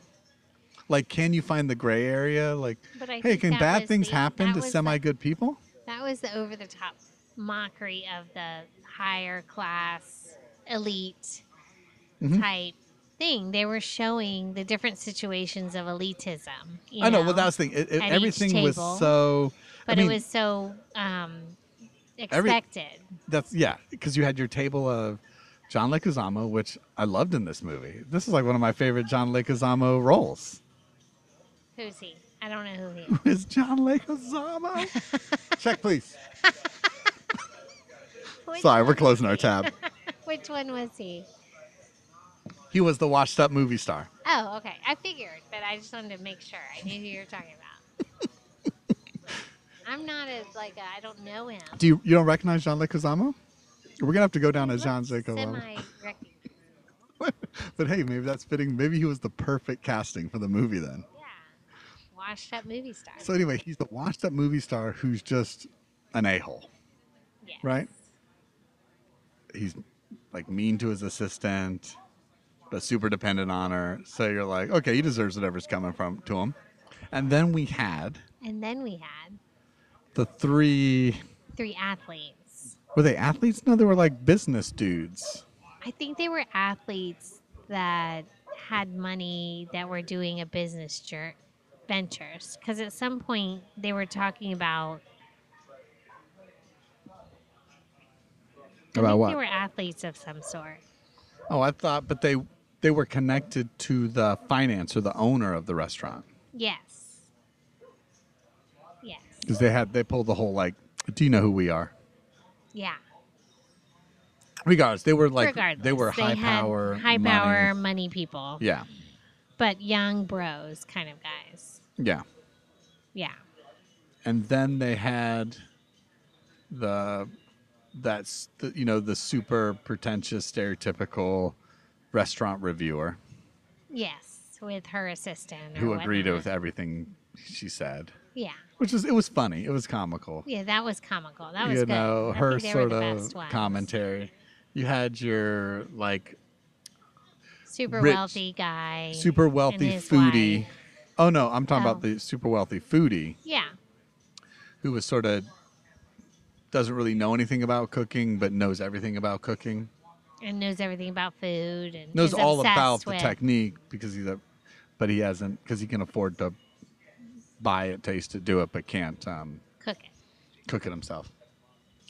[SPEAKER 7] Like, can you find the gray area? Like,
[SPEAKER 6] But I
[SPEAKER 7] hey,
[SPEAKER 6] think
[SPEAKER 7] can
[SPEAKER 6] that
[SPEAKER 7] bad
[SPEAKER 6] was
[SPEAKER 7] things
[SPEAKER 6] the-
[SPEAKER 7] happen
[SPEAKER 6] that
[SPEAKER 7] to
[SPEAKER 6] was the-
[SPEAKER 7] semi good people?
[SPEAKER 6] that was the over the top mockery of the higher class elite
[SPEAKER 7] Mhm.
[SPEAKER 6] type thing. They were showing the different situations of elitism. you
[SPEAKER 7] I know. Well, that was the thing. It, it-
[SPEAKER 6] at each
[SPEAKER 7] everything was
[SPEAKER 6] table.
[SPEAKER 7] so.
[SPEAKER 6] but
[SPEAKER 7] I mean,
[SPEAKER 6] it was so um,
[SPEAKER 7] Every-
[SPEAKER 6] expected.
[SPEAKER 7] That's yeah, because you had your table of John Leguizamo, which I loved in this movie. This is like one of my favorite John Leguizamo roles.
[SPEAKER 6] Who's he? I don't know who he is.
[SPEAKER 7] Is John Leguizamo? Check please.
[SPEAKER 6] Which
[SPEAKER 7] Sorry,
[SPEAKER 6] one
[SPEAKER 7] we're
[SPEAKER 6] was
[SPEAKER 7] closing our
[SPEAKER 6] he?
[SPEAKER 7] tab.
[SPEAKER 6] Which one was he?
[SPEAKER 7] He was the washed up movie star.
[SPEAKER 6] Oh, okay. I figured, but I just wanted to make sure I knew who you were talking about. I'm not as like I I don't know him.
[SPEAKER 7] Do you you don't recognize John Leguizamo? We're gonna have to go down to John Leguizamo.
[SPEAKER 6] Semi recognize.
[SPEAKER 7] but hey, maybe that's fitting. Maybe he was the perfect casting for the movie then.
[SPEAKER 6] Yeah, washed up movie star.
[SPEAKER 7] So anyway, he's the washed up movie star who's just an a hole,
[SPEAKER 6] Yes.
[SPEAKER 7] right? He's like mean to his assistant, but super dependent on her. So you're like, okay, he deserves whatever's coming from to him. And then we had
[SPEAKER 6] And then we had
[SPEAKER 7] the three
[SPEAKER 6] three athletes.
[SPEAKER 7] were they athletes? No, they were like business dudes.
[SPEAKER 6] I think they were athletes that had money that were doing a business jer- ventures because at some point they were talking about I
[SPEAKER 7] About
[SPEAKER 6] think
[SPEAKER 7] what?
[SPEAKER 6] They were athletes of some sort.
[SPEAKER 7] Oh, I thought, but they they were connected to the finance or the owner of the restaurant
[SPEAKER 6] Yes. Yes.
[SPEAKER 7] because they had they pulled the whole like, do you know who we are?
[SPEAKER 6] Yeah.
[SPEAKER 7] Regardless, they were like
[SPEAKER 6] Regardless,
[SPEAKER 7] they were high
[SPEAKER 6] had
[SPEAKER 7] power,
[SPEAKER 6] high
[SPEAKER 7] money.
[SPEAKER 6] power money people,
[SPEAKER 7] Yeah,
[SPEAKER 6] but young bros kind of guys.
[SPEAKER 7] yeah,
[SPEAKER 6] Yeah.
[SPEAKER 7] and then they had the that's the, you know the super pretentious stereotypical restaurant reviewer
[SPEAKER 6] Yes, with her assistant. or
[SPEAKER 7] who agreed
[SPEAKER 6] whatnot.
[SPEAKER 7] with everything she said,
[SPEAKER 6] Yeah.
[SPEAKER 7] which is it was funny, it was comical.
[SPEAKER 6] Yeah, that was comical. That was
[SPEAKER 7] you
[SPEAKER 6] good.
[SPEAKER 7] know
[SPEAKER 6] I think
[SPEAKER 7] her
[SPEAKER 6] they were
[SPEAKER 7] sort
[SPEAKER 6] the
[SPEAKER 7] of
[SPEAKER 6] best ones.
[SPEAKER 7] commentary. You had your like
[SPEAKER 6] Super
[SPEAKER 7] rich,
[SPEAKER 6] wealthy guy.
[SPEAKER 7] super wealthy
[SPEAKER 6] and his
[SPEAKER 7] foodie.
[SPEAKER 6] wife.
[SPEAKER 7] Oh no, I'm talking
[SPEAKER 6] Oh.
[SPEAKER 7] about the super wealthy foodie
[SPEAKER 6] Yeah.
[SPEAKER 7] who was sort of doesn't really know anything about cooking, but knows everything about cooking.
[SPEAKER 6] And knows everything about food and
[SPEAKER 7] Knows
[SPEAKER 6] is
[SPEAKER 7] all about
[SPEAKER 6] obsessed
[SPEAKER 7] the
[SPEAKER 6] with-
[SPEAKER 7] technique because he's a, but he hasn't because he can afford to buy it, taste it, do it, but can't um,
[SPEAKER 6] cooking.
[SPEAKER 7] cook it himself.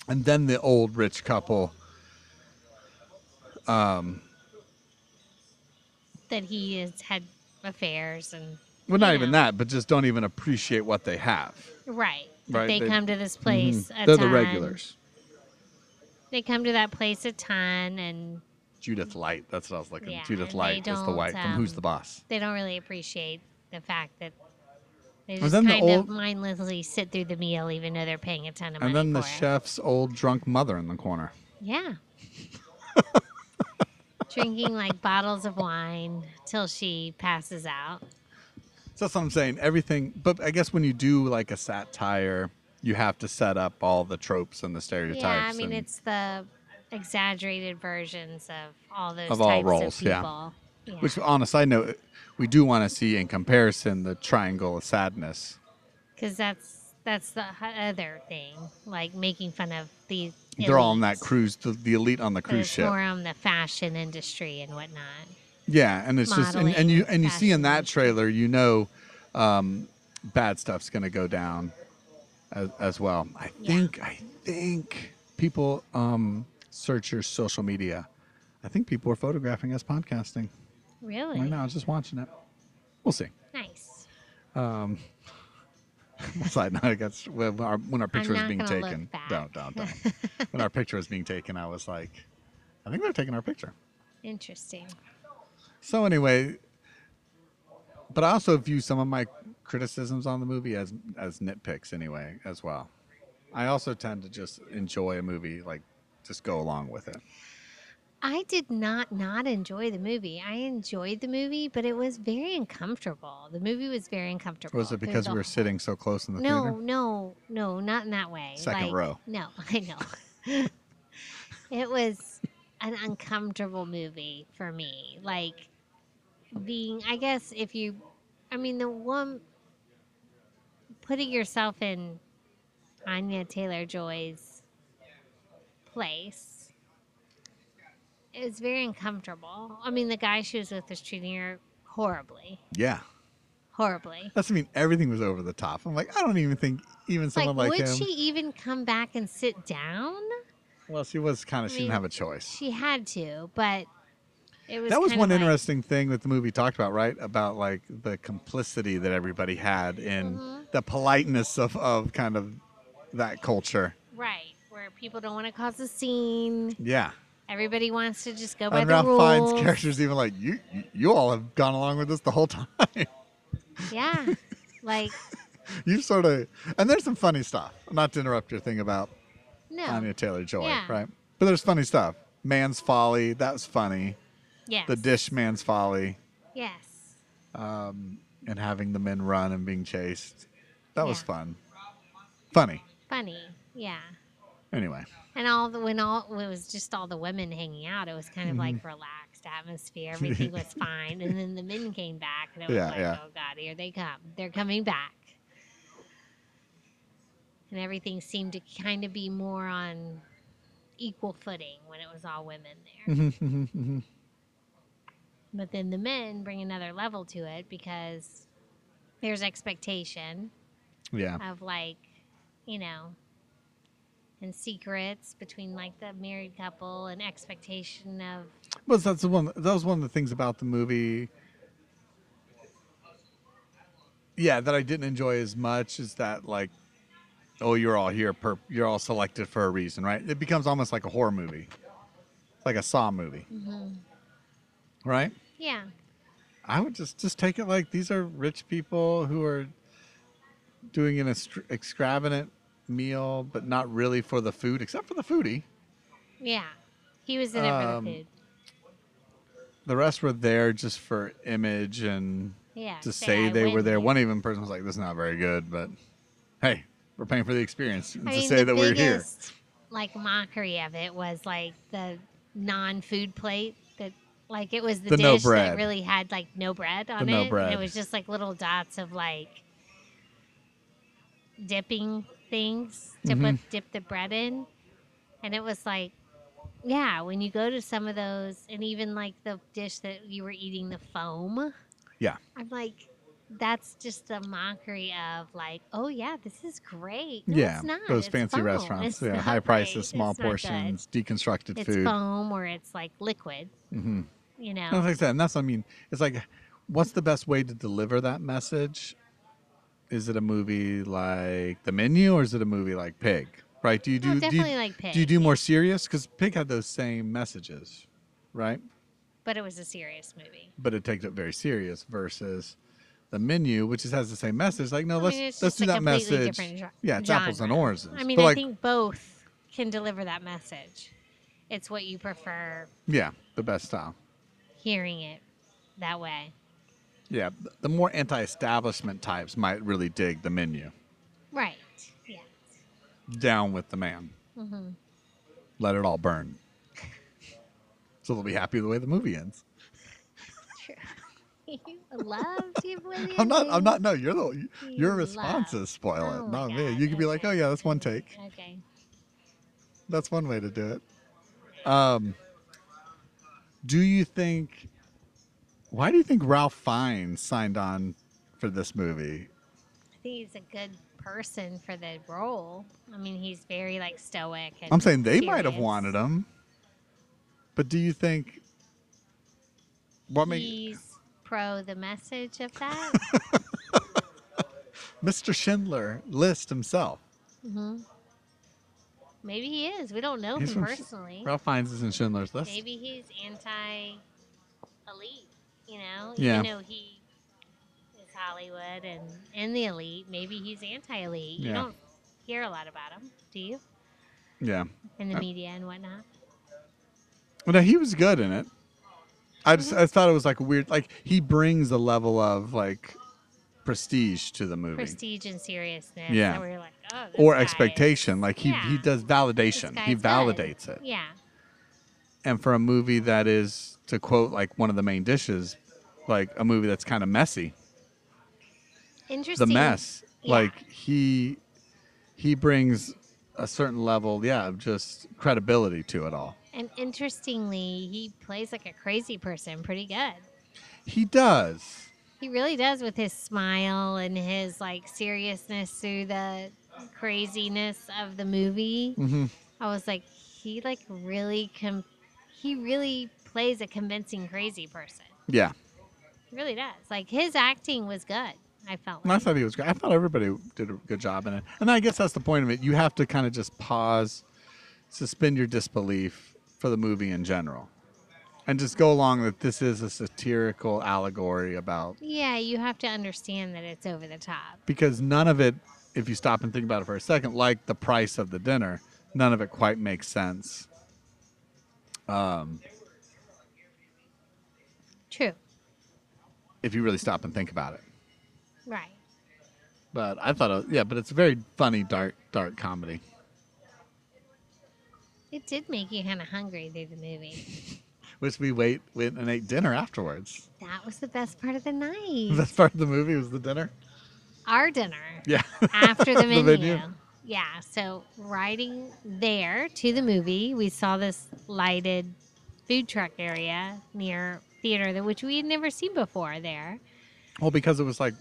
[SPEAKER 7] And then the old rich couple.
[SPEAKER 6] That he has had affairs and
[SPEAKER 7] Well, not
[SPEAKER 6] Yeah.
[SPEAKER 7] even that, but just don't even appreciate what they have.
[SPEAKER 6] right.
[SPEAKER 7] Right,
[SPEAKER 6] They,
[SPEAKER 7] they-
[SPEAKER 6] come to this place.
[SPEAKER 7] Mhm.
[SPEAKER 6] A
[SPEAKER 7] They're
[SPEAKER 6] ton.
[SPEAKER 7] the regulars.
[SPEAKER 6] They come to that place a ton and
[SPEAKER 7] Judith Light. That's what I was looking.
[SPEAKER 6] Yeah, and
[SPEAKER 7] Judith
[SPEAKER 6] they
[SPEAKER 7] Light is the
[SPEAKER 6] don't,
[SPEAKER 7] wife from Who's
[SPEAKER 6] um,
[SPEAKER 7] the Boss.
[SPEAKER 6] they don't really appreciate the fact that they
[SPEAKER 7] And
[SPEAKER 6] just
[SPEAKER 7] then the
[SPEAKER 6] kind of
[SPEAKER 7] old-
[SPEAKER 6] mindlessly sit through the meal even though they're paying a ton of money.
[SPEAKER 7] And then the
[SPEAKER 6] for it.
[SPEAKER 7] chef's old drunk mother in the corner.
[SPEAKER 6] Yeah. Drinking like bottles of wine till she passes out.
[SPEAKER 7] So that's what I'm saying. Everything, but I guess when you do like a satire, you have to set up all the tropes and the stereotypes.
[SPEAKER 6] Yeah, I mean
[SPEAKER 7] and-
[SPEAKER 6] it's the exaggerated versions of all those
[SPEAKER 7] Of all
[SPEAKER 6] types
[SPEAKER 7] roles,
[SPEAKER 6] of
[SPEAKER 7] yeah.
[SPEAKER 6] people. Yeah.
[SPEAKER 7] Which, on a side note, we do want to see in comparison the triangle of sadness.
[SPEAKER 6] Because that's that's the h- other thing, like making fun of these.
[SPEAKER 7] They're all on that
[SPEAKER 6] elites,
[SPEAKER 7] cruise, the, the elite on the
[SPEAKER 6] but
[SPEAKER 7] cruise
[SPEAKER 6] it's
[SPEAKER 7] ship.
[SPEAKER 6] More on the fashion industry and whatnot.
[SPEAKER 7] Yeah, and it's just and, and
[SPEAKER 6] modeling,
[SPEAKER 7] you and you see in that
[SPEAKER 6] fashion.
[SPEAKER 7] trailer, you know, um, bad stuff's gonna go down as, as well. I
[SPEAKER 6] Yeah.
[SPEAKER 7] think I think people um, search your social media. I think people are photographing us podcasting
[SPEAKER 6] Really
[SPEAKER 7] right now. I was just watching it. We'll see.
[SPEAKER 6] nice.
[SPEAKER 7] Side note, I guess when our, when our picture was
[SPEAKER 6] not
[SPEAKER 7] being
[SPEAKER 6] gonna look
[SPEAKER 7] taken,
[SPEAKER 6] back.
[SPEAKER 7] don't don't don't. when our picture was being taken, I was like, I think they're taking our picture.
[SPEAKER 6] Interesting.
[SPEAKER 7] So anyway, but I also view some of my criticisms on the movie as as nitpicks anyway as well. I also tend to just enjoy a movie like just go along with it.
[SPEAKER 6] I did not not enjoy the movie. I enjoyed the movie, but it was very uncomfortable. The movie was very uncomfortable.
[SPEAKER 7] Was it
[SPEAKER 6] through
[SPEAKER 7] because
[SPEAKER 6] the
[SPEAKER 7] we were sitting so close in the
[SPEAKER 6] No,
[SPEAKER 7] theater?
[SPEAKER 6] no, no, not in that way.
[SPEAKER 7] Second
[SPEAKER 6] Like,
[SPEAKER 7] row.
[SPEAKER 6] No, I know. it was an uncomfortable movie for me. Like being, I guess, if you, I mean, the one putting yourself in Anya Taylor Joy's place. It was very uncomfortable. I mean, the guy she was with was treating her horribly,
[SPEAKER 7] Yeah,
[SPEAKER 6] horribly.
[SPEAKER 7] that's I mean everything was over the top. I'm like I don't even think even someone like,
[SPEAKER 6] would
[SPEAKER 7] him.
[SPEAKER 6] she even come back and sit down?
[SPEAKER 7] well, she was kind of she
[SPEAKER 6] mean,
[SPEAKER 7] didn't have a choice.
[SPEAKER 6] She had to, but it was
[SPEAKER 7] That was
[SPEAKER 6] kinda
[SPEAKER 7] one
[SPEAKER 6] like-
[SPEAKER 7] interesting thing that the movie talked about, right? About like the complicity that everybody had in
[SPEAKER 6] Mm-hmm.
[SPEAKER 7] the politeness of, of kind of that culture.
[SPEAKER 6] right where people don't want to cause a scene.
[SPEAKER 7] Yeah.
[SPEAKER 6] Everybody wants to just go by
[SPEAKER 7] And
[SPEAKER 6] the
[SPEAKER 7] Ralph Fiennes'
[SPEAKER 6] rules.
[SPEAKER 7] character's even like, you, you, you all have gone along with this the whole time.
[SPEAKER 6] Yeah, like
[SPEAKER 7] you sort of, and there's some funny stuff. Not to interrupt your thing about
[SPEAKER 6] no,
[SPEAKER 7] Anya Taylor Joy,
[SPEAKER 6] Yeah.
[SPEAKER 7] right? But there's funny stuff. Man's Folly, that was funny.
[SPEAKER 6] yes,
[SPEAKER 7] The Dish Man's Folly,
[SPEAKER 6] yes,
[SPEAKER 7] and having the men run and being chased. That was
[SPEAKER 6] Yeah.
[SPEAKER 7] fun. Funny.
[SPEAKER 6] funny, yeah.
[SPEAKER 7] Anyway,
[SPEAKER 6] And all the when all it was just all the women hanging out, it was kind of like
[SPEAKER 7] Mm-hmm.
[SPEAKER 6] relaxed atmosphere. Everything was fine, and then the men came back, and it was
[SPEAKER 7] Yeah,
[SPEAKER 6] like,
[SPEAKER 7] yeah.
[SPEAKER 6] oh god, here they come. They're coming back, and everything seemed to kind of be more on equal footing when it was all women there.
[SPEAKER 7] Mm-hmm.
[SPEAKER 6] But then the men bring another level to it because there's expectation
[SPEAKER 7] yeah.
[SPEAKER 6] of like, you know, and secrets between like the married couple and expectation of
[SPEAKER 7] Well, that's the one. That was one of the things about the movie. Yeah, that I didn't enjoy as much is that like, oh, you're all here. Per, you're all selected for a reason, right? It becomes almost like a horror movie, It's like a Saw movie, right?
[SPEAKER 6] yeah,
[SPEAKER 7] I would just just take it like these are rich people who are doing an extra- extravagant meal, but not really for the food, except for the foodie.
[SPEAKER 6] yeah. He was in it for
[SPEAKER 7] Um,
[SPEAKER 6] the food.
[SPEAKER 7] The rest were there just for image and
[SPEAKER 6] Yeah.
[SPEAKER 7] to say,
[SPEAKER 6] "I
[SPEAKER 7] they were
[SPEAKER 6] win
[SPEAKER 7] there.
[SPEAKER 6] here."
[SPEAKER 7] One even person was like, "This is not very good," but hey, we're paying for the experience. And
[SPEAKER 6] I
[SPEAKER 7] to
[SPEAKER 6] mean,
[SPEAKER 7] say
[SPEAKER 6] the
[SPEAKER 7] that we're here,
[SPEAKER 6] biggest, Like mockery of it was like the non-food plate that like it was the,
[SPEAKER 7] The
[SPEAKER 6] dish
[SPEAKER 7] no
[SPEAKER 6] that
[SPEAKER 7] bread.
[SPEAKER 6] really had like no bread on
[SPEAKER 7] The
[SPEAKER 6] it.
[SPEAKER 7] no
[SPEAKER 6] And
[SPEAKER 7] bread.
[SPEAKER 6] it was just like little dots of like dipping things to
[SPEAKER 7] Mm-hmm.
[SPEAKER 6] put dip the bread in, and it was like. Yeah, when you go to some of those, and even like the dish that you were eating, the foam.
[SPEAKER 7] yeah,
[SPEAKER 6] I'm like, that's just a mockery of like, oh yeah, this is great. No,
[SPEAKER 7] yeah,
[SPEAKER 6] it's not.
[SPEAKER 7] those
[SPEAKER 6] It's
[SPEAKER 7] fancy
[SPEAKER 6] foam.
[SPEAKER 7] restaurants,
[SPEAKER 6] It's
[SPEAKER 7] yeah,
[SPEAKER 6] not
[SPEAKER 7] high
[SPEAKER 6] great.
[SPEAKER 7] prices, small
[SPEAKER 6] It's not good.
[SPEAKER 7] portions, deconstructed
[SPEAKER 6] It's
[SPEAKER 7] food.
[SPEAKER 6] foam or it's like liquid.
[SPEAKER 7] Mm-hmm.
[SPEAKER 6] You know,
[SPEAKER 7] No, like I said, and that's what I mean. It's like, what's the best way to deliver that message? Is it a movie like The Menu, or is it a movie like Pig? Right? Do you
[SPEAKER 6] No,
[SPEAKER 7] do do you-
[SPEAKER 6] Oh, definitely like
[SPEAKER 7] Do you
[SPEAKER 6] Pig,
[SPEAKER 7] do more serious? Because Pig had those same messages, right?
[SPEAKER 6] but it was a serious movie.
[SPEAKER 7] but it takes it very serious versus the menu, which is, has the same message. Like, no,
[SPEAKER 6] I
[SPEAKER 7] let's
[SPEAKER 6] mean, it's
[SPEAKER 7] let's
[SPEAKER 6] just
[SPEAKER 7] do
[SPEAKER 6] a
[SPEAKER 7] that
[SPEAKER 6] completely
[SPEAKER 7] message.
[SPEAKER 6] different gen-
[SPEAKER 7] yeah, it's apples and
[SPEAKER 6] genre.
[SPEAKER 7] oranges.
[SPEAKER 6] I mean,
[SPEAKER 7] but
[SPEAKER 6] I
[SPEAKER 7] like,
[SPEAKER 6] think both can deliver that message. It's what you prefer
[SPEAKER 7] yeah, the best style.
[SPEAKER 6] hearing it that way,
[SPEAKER 7] Yeah, th- the more anti-establishment types might really dig the menu.
[SPEAKER 6] right? Yeah.
[SPEAKER 7] Down with the man.
[SPEAKER 6] Mm-hmm.
[SPEAKER 7] Let it all burn. so they'll be happy the way the movie ends.
[SPEAKER 6] you loved it. William.
[SPEAKER 7] I'm not. I'm not. No, you're the.
[SPEAKER 6] You
[SPEAKER 7] Your responses
[SPEAKER 6] love-
[SPEAKER 7] spoil
[SPEAKER 6] Oh
[SPEAKER 7] it,
[SPEAKER 6] my
[SPEAKER 7] not me.
[SPEAKER 6] God,
[SPEAKER 7] You could be like, oh
[SPEAKER 6] okay,
[SPEAKER 7] yeah, that's one take.
[SPEAKER 6] Okay.
[SPEAKER 7] That's one way to do it. Um, do you think? Why do you think Ralph Fiennes signed on for this movie?
[SPEAKER 6] I think he's a good person for the role. I mean, he's very like stoic. And
[SPEAKER 7] I'm saying they might have wanted
[SPEAKER 6] him.
[SPEAKER 7] him, but do you think? What made
[SPEAKER 6] He's pro the message of that.
[SPEAKER 7] Mr. Schindler list himself?
[SPEAKER 6] Maybe he is. We don't know
[SPEAKER 7] He's
[SPEAKER 6] him
[SPEAKER 7] from Sch-
[SPEAKER 6] personally.
[SPEAKER 7] Ralph Fiennes is in Schindler's List.
[SPEAKER 6] Maybe he's anti-elite. You know,
[SPEAKER 7] Yeah.
[SPEAKER 6] even though he is Hollywood and in the elite, maybe he's anti-elite. You
[SPEAKER 7] Yeah.
[SPEAKER 6] don't hear a lot about him, do you?
[SPEAKER 7] Yeah.
[SPEAKER 6] In the
[SPEAKER 7] Uh,
[SPEAKER 6] media and whatnot.
[SPEAKER 7] Well, no, he was good in it. I just
[SPEAKER 6] Mm-hmm.
[SPEAKER 7] I thought it was like a weird. Like he brings a level of like prestige to the movie.
[SPEAKER 6] Prestige and seriousness.
[SPEAKER 7] Yeah.
[SPEAKER 6] So we're like, oh, this
[SPEAKER 7] or
[SPEAKER 6] guy is-
[SPEAKER 7] expectation. Like he, he
[SPEAKER 6] Yeah.
[SPEAKER 7] does
[SPEAKER 6] this
[SPEAKER 7] validation. He
[SPEAKER 6] guy's good.
[SPEAKER 7] validates it.
[SPEAKER 6] Yeah.
[SPEAKER 7] And for a movie that is, to quote like one of the main dishes, like a movie that's kind of messy, the
[SPEAKER 6] Interesting.
[SPEAKER 7] mess.
[SPEAKER 6] Yeah.
[SPEAKER 7] Like he he brings a certain level, yeah, of just credibility to it all.
[SPEAKER 6] And interestingly, he plays like a crazy person pretty good.
[SPEAKER 7] He does.
[SPEAKER 6] He really does with his smile and his like seriousness through the craziness of the movie.
[SPEAKER 7] hmm
[SPEAKER 6] I was like, he like really com- he really plays a convincing crazy person.
[SPEAKER 7] Yeah.
[SPEAKER 6] He really does. Like his acting was good. I felt
[SPEAKER 7] And I
[SPEAKER 6] like
[SPEAKER 7] thought he was great. I thought everybody did a good job in it. And I guess that's the point of it. You have to kind of just pause, suspend your disbelief, for the movie in general, and just go along that this is a satirical allegory about
[SPEAKER 6] Yeah, you have to understand that it's over the top.
[SPEAKER 7] because none of it, if you stop and think about it for a second, like the price of the dinner, none of it quite makes sense.
[SPEAKER 6] True.
[SPEAKER 7] if you really stop and think about it.
[SPEAKER 6] Right.
[SPEAKER 7] But I thought, it yeah, but it's a very funny dark dark comedy.
[SPEAKER 6] It did make you kind of hungry through the movie.
[SPEAKER 7] Which we wait went and ate dinner afterwards.
[SPEAKER 6] That was the best part of the
[SPEAKER 7] The
[SPEAKER 6] night.
[SPEAKER 7] best part of the movie was the dinner.
[SPEAKER 6] Our dinner
[SPEAKER 7] Yeah,
[SPEAKER 6] after the
[SPEAKER 7] The
[SPEAKER 6] menu.
[SPEAKER 7] menu.
[SPEAKER 6] Yeah. So riding there to the movie, we saw this lighted food truck area near theater that which we had never seen before there.
[SPEAKER 7] well, because it was like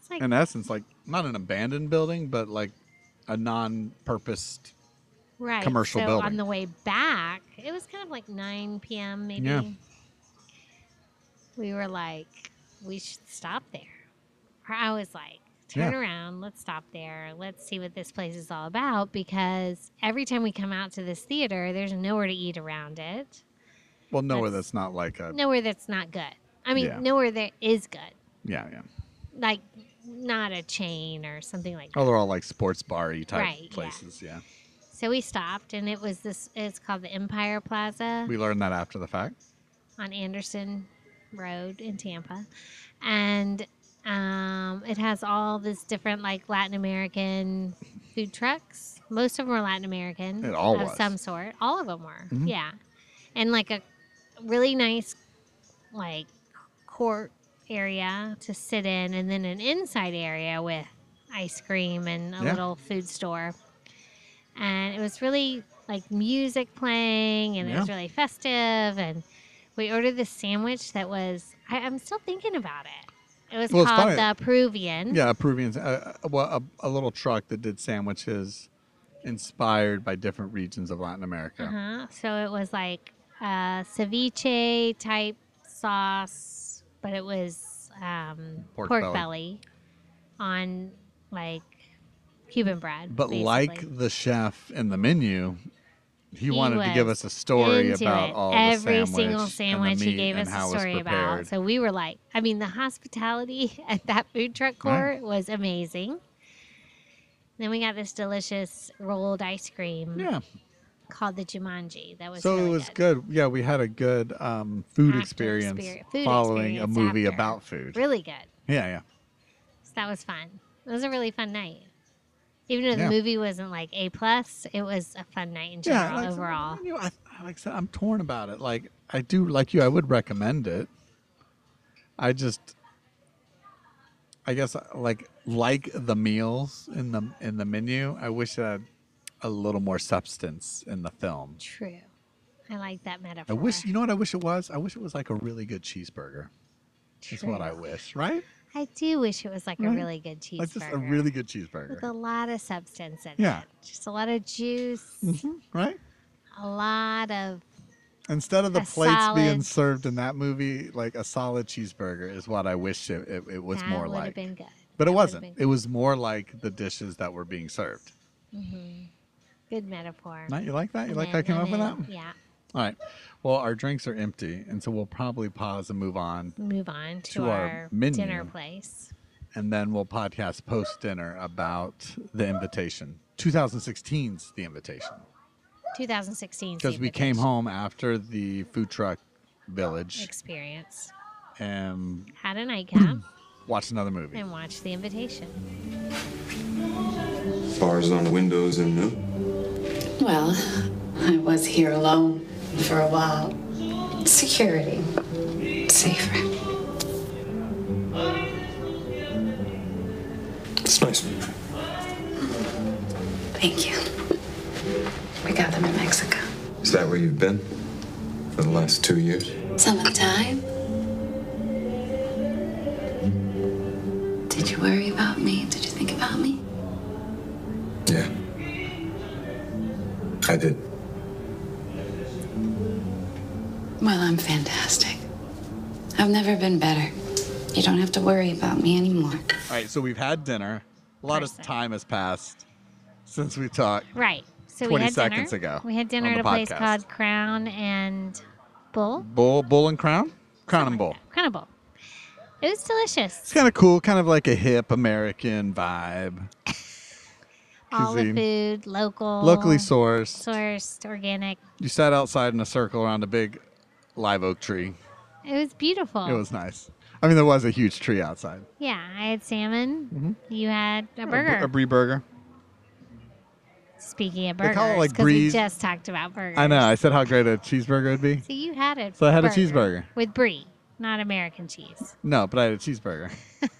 [SPEAKER 6] It's like
[SPEAKER 7] in essence like not an abandoned building, but like a non-purposed.
[SPEAKER 6] right.
[SPEAKER 7] commercial
[SPEAKER 6] so
[SPEAKER 7] building.
[SPEAKER 6] on the way back, it was kind of like 9 p.m. maybe.
[SPEAKER 7] Yeah.
[SPEAKER 6] We were like, we should stop there. Or I was like, turn
[SPEAKER 7] Yeah.
[SPEAKER 6] around, let's stop there, let's see what this place is all about because every time we come out to this theater, there's nowhere to eat around it.
[SPEAKER 7] Well, nowhere
[SPEAKER 6] That's-
[SPEAKER 7] that's not like a
[SPEAKER 6] nowhere that's not good. I mean,
[SPEAKER 7] Yeah.
[SPEAKER 6] nowhere that is good.
[SPEAKER 7] yeah yeah.
[SPEAKER 6] Like, not a chain or something like that.
[SPEAKER 7] Oh, they're all like sports bar y type
[SPEAKER 6] Right, yeah.
[SPEAKER 7] places. Yeah.
[SPEAKER 6] So we stopped, and it was this, it's called the Empire Plaza
[SPEAKER 7] we learned that after the fact.
[SPEAKER 6] Mm-hmm. on Anderson Road in Tampa. And um, it has all this different, like, Latin American food trucks. Most of them were Latin American
[SPEAKER 7] It all
[SPEAKER 6] of
[SPEAKER 7] was. Mm-hmm.
[SPEAKER 6] some sort. All of them were. Yeah. And, like, a really nice, like, court area to sit in, and then an inside area with ice cream and a
[SPEAKER 7] Yeah.
[SPEAKER 6] little food store. And it was really like music playing, and it was
[SPEAKER 7] Yeah.
[SPEAKER 6] really festive. And we ordered this sandwich that was, I, I'm still thinking about it. It was
[SPEAKER 7] Well, it's
[SPEAKER 6] called
[SPEAKER 7] funny.
[SPEAKER 6] the Peruvian.
[SPEAKER 7] Yeah, a Peruvian, uh, uh, well, a, a little truck that did sandwiches inspired by different regions of Latin America.
[SPEAKER 6] Uh-huh. So it was like a ceviche type sauce, but it was um,
[SPEAKER 7] Pork
[SPEAKER 6] pork,
[SPEAKER 7] belly.
[SPEAKER 6] belly. on like Cuban bread.
[SPEAKER 7] But
[SPEAKER 6] basically.
[SPEAKER 7] like the chef in the menu, he,
[SPEAKER 6] He
[SPEAKER 7] wanted to give
[SPEAKER 6] was
[SPEAKER 7] us a story
[SPEAKER 6] into
[SPEAKER 7] about
[SPEAKER 6] it.
[SPEAKER 7] all
[SPEAKER 6] every
[SPEAKER 7] the sandwich
[SPEAKER 6] single
[SPEAKER 7] and the
[SPEAKER 6] sandwich he
[SPEAKER 7] meat
[SPEAKER 6] gave
[SPEAKER 7] and
[SPEAKER 6] us
[SPEAKER 7] how it
[SPEAKER 6] a
[SPEAKER 7] was
[SPEAKER 6] story about.
[SPEAKER 7] prepared.
[SPEAKER 6] So we were like, I mean, the hospitality at that food truck court
[SPEAKER 7] Right.
[SPEAKER 6] was amazing. Then we got this delicious rolled ice cream
[SPEAKER 7] yeah,
[SPEAKER 6] called the Jumanji. That was
[SPEAKER 7] so
[SPEAKER 6] really
[SPEAKER 7] it was good. Yeah, we had a good um, food
[SPEAKER 6] After
[SPEAKER 7] experience
[SPEAKER 6] experi- food
[SPEAKER 7] following
[SPEAKER 6] experience
[SPEAKER 7] a movie
[SPEAKER 6] after.
[SPEAKER 7] about food.
[SPEAKER 6] Really good.
[SPEAKER 7] Yeah, yeah.
[SPEAKER 6] So that was fun. It was a really fun night. Even though the
[SPEAKER 7] Yeah.
[SPEAKER 6] movie wasn't like A plus, it was a fun night in
[SPEAKER 7] Yeah,
[SPEAKER 6] general
[SPEAKER 7] like I said,
[SPEAKER 6] overall.
[SPEAKER 7] I knew- I, I- like I said, I'm torn about it. Like I do, like you, I would recommend it. I just, I guess, like like the meals in the in the menu. I wish it had a little more substance in the film.
[SPEAKER 6] True. I like that
[SPEAKER 7] I
[SPEAKER 6] metaphor.
[SPEAKER 7] wish you know what I wish it was. I wish it was like a really good cheeseburger. That's what
[SPEAKER 6] True.
[SPEAKER 7] I wish, right?
[SPEAKER 6] I do wish it was like a
[SPEAKER 7] Right?
[SPEAKER 6] really good cheeseburger.
[SPEAKER 7] Like just a really good
[SPEAKER 6] with a
[SPEAKER 7] cheeseburger,
[SPEAKER 6] lot of substance in
[SPEAKER 7] Yeah. Mm.
[SPEAKER 6] it. Just a lot of juice,
[SPEAKER 7] right?
[SPEAKER 6] a lot of
[SPEAKER 7] Instead of the
[SPEAKER 6] A
[SPEAKER 7] plates being
[SPEAKER 6] solid-
[SPEAKER 7] served in that movie, like a solid cheeseburger is what I wish it, it, it was
[SPEAKER 6] that
[SPEAKER 7] more
[SPEAKER 6] would
[SPEAKER 7] like.
[SPEAKER 6] have been good.
[SPEAKER 7] But
[SPEAKER 6] That would've
[SPEAKER 7] it wasn't.
[SPEAKER 6] been
[SPEAKER 7] It was more like the dishes that were being served.
[SPEAKER 6] good metaphor.
[SPEAKER 7] Not you like that? You
[SPEAKER 6] And
[SPEAKER 7] like
[SPEAKER 6] then-
[SPEAKER 7] I came
[SPEAKER 6] and
[SPEAKER 7] up with that?
[SPEAKER 6] then- Yeah.
[SPEAKER 7] All right. Well, our drinks are empty, and so we'll probably pause and move on,
[SPEAKER 6] Move on to,
[SPEAKER 7] To our
[SPEAKER 6] our, dinner
[SPEAKER 7] menu.
[SPEAKER 6] place.
[SPEAKER 7] and then we'll podcast post dinner about the invitation. 2016's the invitation
[SPEAKER 6] 2016 's
[SPEAKER 7] because
[SPEAKER 6] the
[SPEAKER 7] we came
[SPEAKER 6] invitation
[SPEAKER 7] home after the food truck village
[SPEAKER 6] experience.
[SPEAKER 7] and
[SPEAKER 6] Had a nightcap
[SPEAKER 7] watched another movie.
[SPEAKER 6] and watched the invitation.
[SPEAKER 3] Bars on windows and no.
[SPEAKER 8] Well, I was here alone for a while. Security. Safer.
[SPEAKER 3] It's nice.
[SPEAKER 8] Thank you. We got them in Mexico.
[SPEAKER 3] Is that where you've been for the last two years?
[SPEAKER 8] Some of the time. Did you worry about me? Did you think about me?
[SPEAKER 3] Yeah. I did.
[SPEAKER 8] Well, I'm fantastic. I've never been better. You don't have to worry about me anymore.
[SPEAKER 7] All right. So we've had dinner. A lot of
[SPEAKER 6] Person.
[SPEAKER 7] time has passed since we talked.
[SPEAKER 6] Right. So we
[SPEAKER 7] 20
[SPEAKER 6] had
[SPEAKER 7] seconds
[SPEAKER 6] dinner.
[SPEAKER 7] ago
[SPEAKER 6] We had dinner
[SPEAKER 7] on
[SPEAKER 6] at a
[SPEAKER 7] the
[SPEAKER 6] place
[SPEAKER 7] podcast.
[SPEAKER 6] called Crown and Bull.
[SPEAKER 7] Bull, bull and crown, crown and bull.
[SPEAKER 6] Crown and Bull. It was delicious.
[SPEAKER 7] It's kind of cool, kind of like a hip American vibe,
[SPEAKER 6] All the
[SPEAKER 7] cuisine.
[SPEAKER 6] food, local,
[SPEAKER 7] locally sourced.
[SPEAKER 6] sourced, organic.
[SPEAKER 7] You sat outside in a circle around a big live oak tree.
[SPEAKER 6] It was beautiful.
[SPEAKER 7] It was nice. I mean, there was a huge tree outside.
[SPEAKER 6] Yeah, I had salmon. You had a
[SPEAKER 7] Mm-hmm. A
[SPEAKER 6] burger.
[SPEAKER 7] br- A brie burger.
[SPEAKER 6] Speaking of
[SPEAKER 7] They
[SPEAKER 6] burgers,
[SPEAKER 7] call it, like,
[SPEAKER 6] because we
[SPEAKER 7] breeze-
[SPEAKER 6] just talked about burgers.
[SPEAKER 7] I know. I said how great a cheeseburger would be.
[SPEAKER 6] So you had it.
[SPEAKER 7] So I had a cheeseburger.
[SPEAKER 6] with brie, not American cheese.
[SPEAKER 7] No, but I had a cheeseburger. it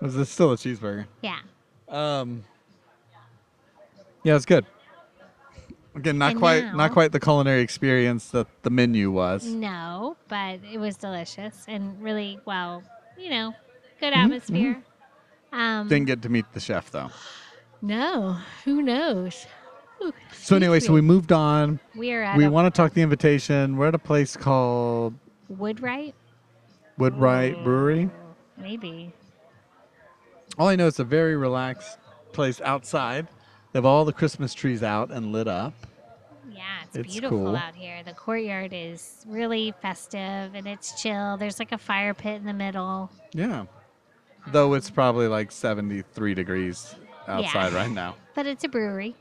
[SPEAKER 7] was it's still a cheeseburger.
[SPEAKER 6] Yeah,
[SPEAKER 7] Um, yeah, it's good. Again, not
[SPEAKER 6] And
[SPEAKER 7] quite
[SPEAKER 6] now- Mm-hmm.
[SPEAKER 7] not quite the culinary experience that the menu was.
[SPEAKER 6] no, but it was delicious and really well. You know, good
[SPEAKER 7] Mm-hmm,
[SPEAKER 6] atmosphere. Um,
[SPEAKER 7] Didn't get to meet the chef though.
[SPEAKER 6] no, who knows? Ooh,
[SPEAKER 7] So anyway, so we moved on.
[SPEAKER 6] we are at
[SPEAKER 7] We
[SPEAKER 6] a
[SPEAKER 7] want to talk the invitation. We're at a place called
[SPEAKER 6] Woodwright, Mm.
[SPEAKER 7] Woodwright Brewery.
[SPEAKER 6] maybe.
[SPEAKER 7] All I know it's a very relaxed place outside. They have all the Christmas trees out and lit up.
[SPEAKER 6] Yeah, it's,
[SPEAKER 7] It's
[SPEAKER 6] beautiful
[SPEAKER 7] cool.
[SPEAKER 6] out here. The courtyard is really festive and it's chill. There's like a fire pit in the middle.
[SPEAKER 7] Yeah. Though it's probably like 73 degrees outside right now.
[SPEAKER 6] But it's a brewery.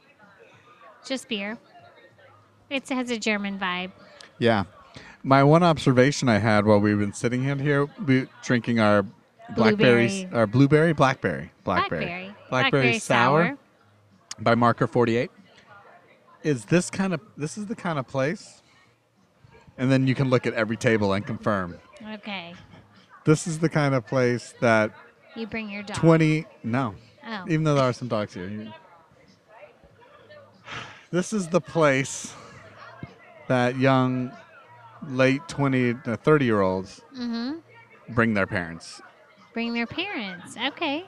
[SPEAKER 6] Just beer. It has a German vibe.
[SPEAKER 7] Yeah. My one observation I had while we've been sitting out here, we drinking our blackberries,
[SPEAKER 6] Blueberry.
[SPEAKER 7] our blueberry, blackberry, blackberry,
[SPEAKER 6] Blackberry.
[SPEAKER 7] by Marker 48, is this kind of, this is the kind of place, and then you can look at every table and confirm.
[SPEAKER 6] Okay.
[SPEAKER 7] This is the kind of place that
[SPEAKER 6] You bring your dog.
[SPEAKER 7] 20, no,
[SPEAKER 6] Oh.
[SPEAKER 7] even though there are some dogs here. you- This is the place that young, late 20 to 30 year olds
[SPEAKER 6] Mm-hmm.
[SPEAKER 7] bring their parents.
[SPEAKER 6] Bring their parents. Okay.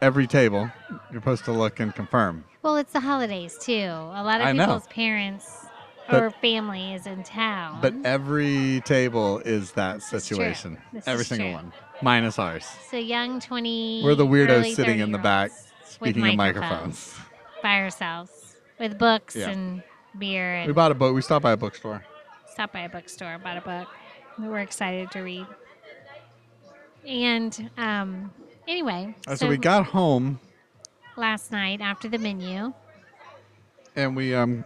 [SPEAKER 7] Every table, you're supposed to look and confirm.
[SPEAKER 6] Well, it's the holidays too. A lot of
[SPEAKER 7] I know.
[SPEAKER 6] people's parents
[SPEAKER 7] But-
[SPEAKER 6] or family is in town.
[SPEAKER 7] But every table is that
[SPEAKER 6] is true.
[SPEAKER 7] situation.
[SPEAKER 6] This
[SPEAKER 7] every
[SPEAKER 6] is
[SPEAKER 7] single
[SPEAKER 6] true.
[SPEAKER 7] one, minus ours.
[SPEAKER 6] so young 20.
[SPEAKER 7] We're the weirdos
[SPEAKER 6] early
[SPEAKER 7] sitting in the back
[SPEAKER 6] 30-year-olds with
[SPEAKER 7] speaking in microphones.
[SPEAKER 6] by ourselves with books
[SPEAKER 7] Yeah.
[SPEAKER 6] and beer and
[SPEAKER 7] We bought a book. We stopped by a bookstore.
[SPEAKER 6] stopped by a bookstore, bought a book. We were excited to read. And um, anyway,
[SPEAKER 7] Uh, so we got home
[SPEAKER 6] last night after the menu.
[SPEAKER 7] and we um,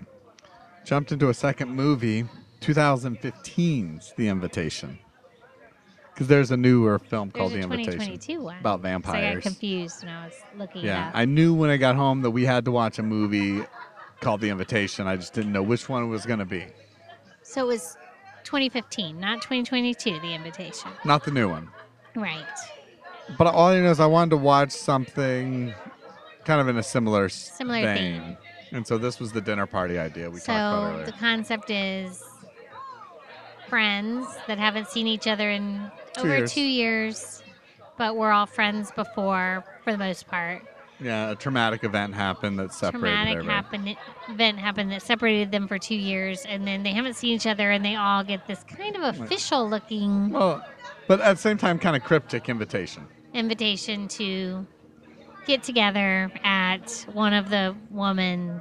[SPEAKER 7] jumped into a second movie 2015's the invitation because there's a newer film
[SPEAKER 6] There's
[SPEAKER 7] called
[SPEAKER 6] a
[SPEAKER 7] the invitation
[SPEAKER 6] 2022 one
[SPEAKER 7] about
[SPEAKER 6] So I got
[SPEAKER 7] vampires
[SPEAKER 6] confused when I was looking
[SPEAKER 7] yeah
[SPEAKER 6] it up.
[SPEAKER 7] i knew when i got home that we had to watch a movie called the invitation i just didn't know which one it was going to be
[SPEAKER 6] so it was 2015, not 2022. The invitation,
[SPEAKER 7] not the new one
[SPEAKER 6] right?
[SPEAKER 7] but all i know is i wanted to watch something kind of in a similar, s-
[SPEAKER 6] Similar
[SPEAKER 7] vein.
[SPEAKER 6] theme.
[SPEAKER 7] and so this was the dinner party idea we talked about
[SPEAKER 6] so
[SPEAKER 7] earlier
[SPEAKER 6] the concept is friends that haven't seen each other in
[SPEAKER 7] Two
[SPEAKER 6] over
[SPEAKER 7] years.
[SPEAKER 6] two years, but we're all friends before for the most part.
[SPEAKER 7] yeah a traumatic event happened that separated
[SPEAKER 6] traumatic
[SPEAKER 7] everybody.
[SPEAKER 6] happen, event happened that separated them for two years, and then they haven't seen each other, and they all get this kind of official looking
[SPEAKER 7] Well, but at the same time, kind of cryptic invitation.
[SPEAKER 6] invitation to get together at one of the woman's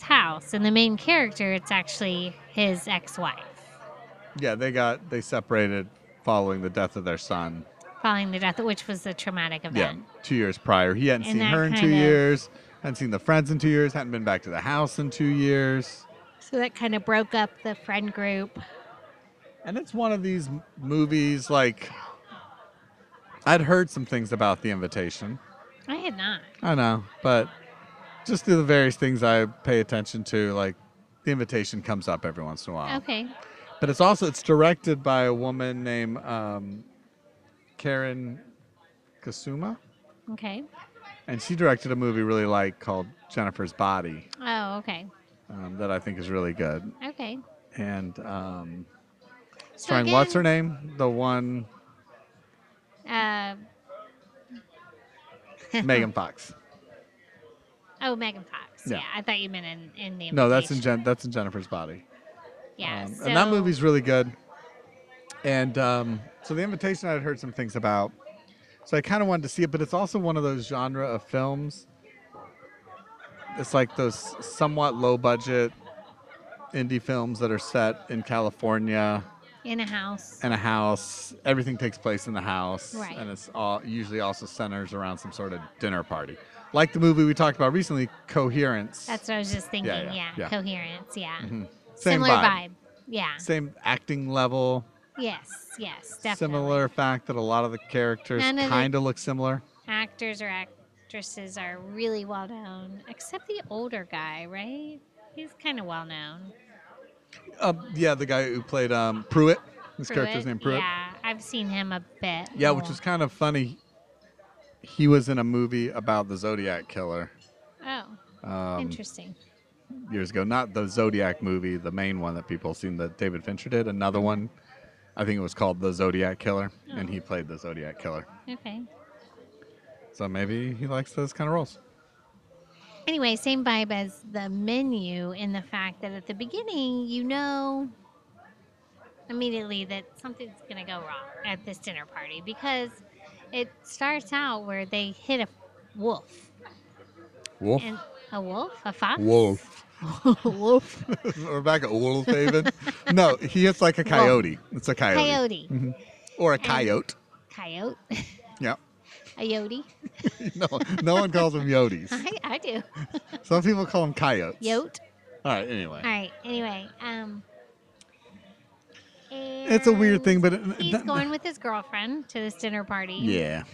[SPEAKER 6] house. And the main character, it's actually his ex wife,
[SPEAKER 7] Yeah, they got they separated following the death of their son.
[SPEAKER 6] following the death, which was a traumatic
[SPEAKER 7] Yeah,
[SPEAKER 6] event.
[SPEAKER 7] two years prior, he hadn't
[SPEAKER 6] And
[SPEAKER 7] seen
[SPEAKER 6] that
[SPEAKER 7] her in
[SPEAKER 6] kind
[SPEAKER 7] two
[SPEAKER 6] of-
[SPEAKER 7] years, hadn't seen the friends in two years, hadn't been back to the house in two years.
[SPEAKER 6] So that kind of broke up the friend group.
[SPEAKER 7] And it's one of these m- movies like I'd heard some things about the invitation.
[SPEAKER 6] I had not.
[SPEAKER 7] I know, but just through the various things I pay attention to, like the invitation comes up every once in a while.
[SPEAKER 6] Okay.
[SPEAKER 7] But it's also it's directed by a woman named um, Karen Kasuma,
[SPEAKER 6] Okay.
[SPEAKER 7] and she directed a movie really like called Jennifer's Body
[SPEAKER 6] Oh, okay.
[SPEAKER 7] um, that I think is really good.
[SPEAKER 6] Okay.
[SPEAKER 7] And um,
[SPEAKER 6] So
[SPEAKER 7] starring what's
[SPEAKER 6] again-
[SPEAKER 7] her name? The one
[SPEAKER 6] Uh,
[SPEAKER 7] Megan Fox.
[SPEAKER 6] oh, Megan Fox. Yeah.
[SPEAKER 7] Yeah.
[SPEAKER 6] I thought you meant in, in the invitation.
[SPEAKER 7] No, that's in Jen- that's in Jennifer's Body.
[SPEAKER 6] Yeah,
[SPEAKER 7] Um,
[SPEAKER 6] so,
[SPEAKER 7] and that movie's really good. And um, so the invitation I had heard some things about, so I kind of wanted to see it. But it's also one of those genre of films It's like those somewhat low budget indie films that are set in California
[SPEAKER 6] in a house.
[SPEAKER 7] and a house. Everything takes place in the house,
[SPEAKER 6] Right.
[SPEAKER 7] and it's all usually also centers around some sort of dinner party, like the movie we talked about recently, Coherence.
[SPEAKER 6] That's what I was just thinking. Yeah,
[SPEAKER 7] yeah, yeah. Mm-hmm.
[SPEAKER 6] coherence. Yeah,
[SPEAKER 7] Same
[SPEAKER 6] similar
[SPEAKER 7] vibe.
[SPEAKER 6] vibe. Yeah.
[SPEAKER 7] same acting level,
[SPEAKER 6] Yes. Yes. Definitely.
[SPEAKER 7] similar fact that a lot of the characters
[SPEAKER 6] None of the-
[SPEAKER 7] kind of look similar.
[SPEAKER 6] actors or actresses are really well known, except the older guy, right? He's kind of well known.
[SPEAKER 7] Uh, yeah, the guy who played um, Pruitt, his character's
[SPEAKER 6] Pruitt?
[SPEAKER 7] name Pruitt.
[SPEAKER 6] Yeah, I've seen him a bit.
[SPEAKER 7] Yeah, which
[SPEAKER 6] more.
[SPEAKER 7] was kind of funny. He was in a movie about the Zodiac killer
[SPEAKER 6] oh,
[SPEAKER 7] Um,
[SPEAKER 6] interesting.
[SPEAKER 7] years ago. Not the Zodiac movie, the main one that people have seen that David Fincher did. Another one, I think it was called The Zodiac Killer, and
[SPEAKER 6] Oh.
[SPEAKER 7] he played the Zodiac killer.
[SPEAKER 6] Okay.
[SPEAKER 7] So maybe he likes those kind of roles.
[SPEAKER 6] Anyway, same vibe as the menu in the fact that at the beginning, you know immediately that something's going to go wrong at this dinner party because it starts out where they hit a wolf.
[SPEAKER 7] Wolf.
[SPEAKER 6] And a wolf? A fox?
[SPEAKER 7] Wolf. wolf. Rebecca Wolf David. no, he hits like a coyote. It's a coyote. Mm-hmm.
[SPEAKER 6] Coyote.
[SPEAKER 7] Or a coyote.
[SPEAKER 6] Coyote.
[SPEAKER 7] Yeah.
[SPEAKER 6] a yote.
[SPEAKER 7] No, no one calls them yotes.
[SPEAKER 6] I, I do.
[SPEAKER 7] Some people call them coyotes.
[SPEAKER 6] Yote.
[SPEAKER 7] All right, anyway.
[SPEAKER 6] All right. Anyway, um,
[SPEAKER 7] It's a weird thing,
[SPEAKER 6] and
[SPEAKER 7] but it-
[SPEAKER 6] he's
[SPEAKER 7] that-
[SPEAKER 6] going with his girlfriend to this dinner party.
[SPEAKER 7] Yeah.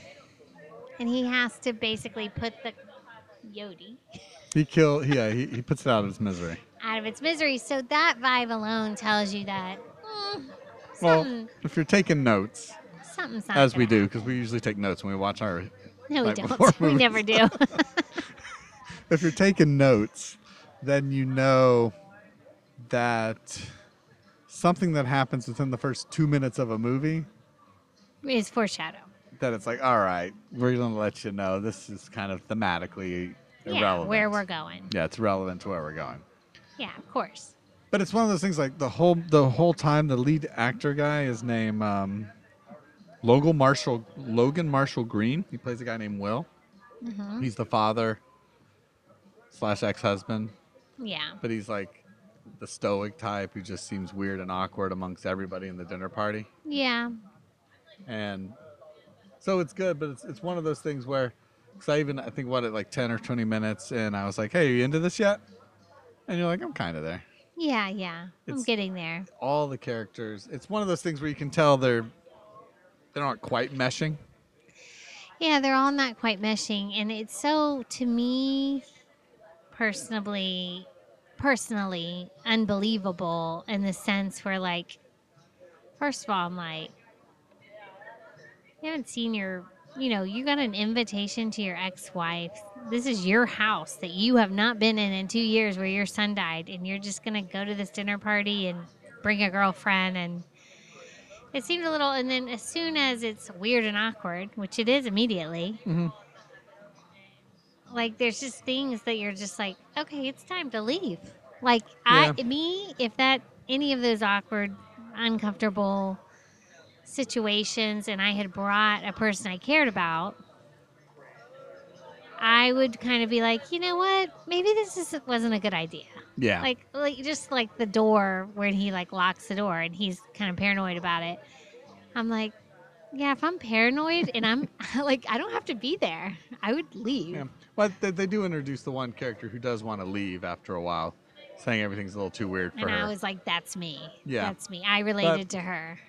[SPEAKER 6] and he has to basically put the Yodi
[SPEAKER 7] He kill. Yeah, he, he puts it out of his misery.
[SPEAKER 6] out of its misery. So that vibe alone tells you that mm,
[SPEAKER 7] Well,
[SPEAKER 6] something,
[SPEAKER 7] if you're taking notes,
[SPEAKER 6] something's not
[SPEAKER 7] as we
[SPEAKER 6] gonna
[SPEAKER 7] do, because we usually take notes when we watch our.
[SPEAKER 6] happen. No, we
[SPEAKER 7] like before
[SPEAKER 6] don't. We
[SPEAKER 7] movies.
[SPEAKER 6] never do.
[SPEAKER 7] If you're taking notes, then you know that something that happens within the first two minutes of a movie
[SPEAKER 6] it's foreshadow.
[SPEAKER 7] that it's like, all right, we're gonna let you know this is kind of thematically
[SPEAKER 6] Yeah,
[SPEAKER 7] irrelevant.
[SPEAKER 6] where we're going.
[SPEAKER 7] Yeah, it's relevant to where we're going.
[SPEAKER 6] Yeah, of course.
[SPEAKER 7] But it's one of those things like the whole the whole time the lead actor guy is named um, Logan Marshall Logan Marshall Green. He plays a guy named Will. He's the father slash ex husband,
[SPEAKER 6] Yeah.
[SPEAKER 7] but he's like the stoic type who just seems weird and awkward amongst everybody in the dinner party.
[SPEAKER 6] Yeah.
[SPEAKER 7] And so it's good, but it's it's one of those things where because I even I think what at like ten or twenty minutes in, I was like, hey, are you into this yet? And you're like, I'm kind of there.
[SPEAKER 6] Yeah, yeah. I'm
[SPEAKER 7] It's-
[SPEAKER 6] getting there.
[SPEAKER 7] all the characters. It's one of those things where you can tell they're they aren't quite meshing.
[SPEAKER 6] Yeah, they're all not quite meshing, and it's so to me, personally, personally unbelievable in the sense where, like, first of all, I'm like, you haven't seen your, you know, you got an invitation to your ex-wife. This is your house that you have not been in in two years, where your son died, and you're just gonna go to this dinner party and bring a girlfriend and it seemed a little, and then as soon as it's weird and awkward, which it is immediately, like there's just things that you're just like, okay, it's time to leave. Like I,
[SPEAKER 7] Yeah.
[SPEAKER 6] me, if that any of those awkward, uncomfortable situations, and I had brought a person I cared about, I would kind of be like, you know what, maybe this is, wasn't a good idea
[SPEAKER 7] Yeah.
[SPEAKER 6] like like just like the door where he like locks the door and he's kind of paranoid about it i'm like yeah if i'm paranoid and i'm like i don't have to be there i would leave
[SPEAKER 7] yeah. But they, they do introduce the one character who does want to leave after a while, saying everything's a little too weird for
[SPEAKER 6] and
[SPEAKER 7] her.
[SPEAKER 6] i was like that's me
[SPEAKER 7] Yeah.
[SPEAKER 6] that's me i related to her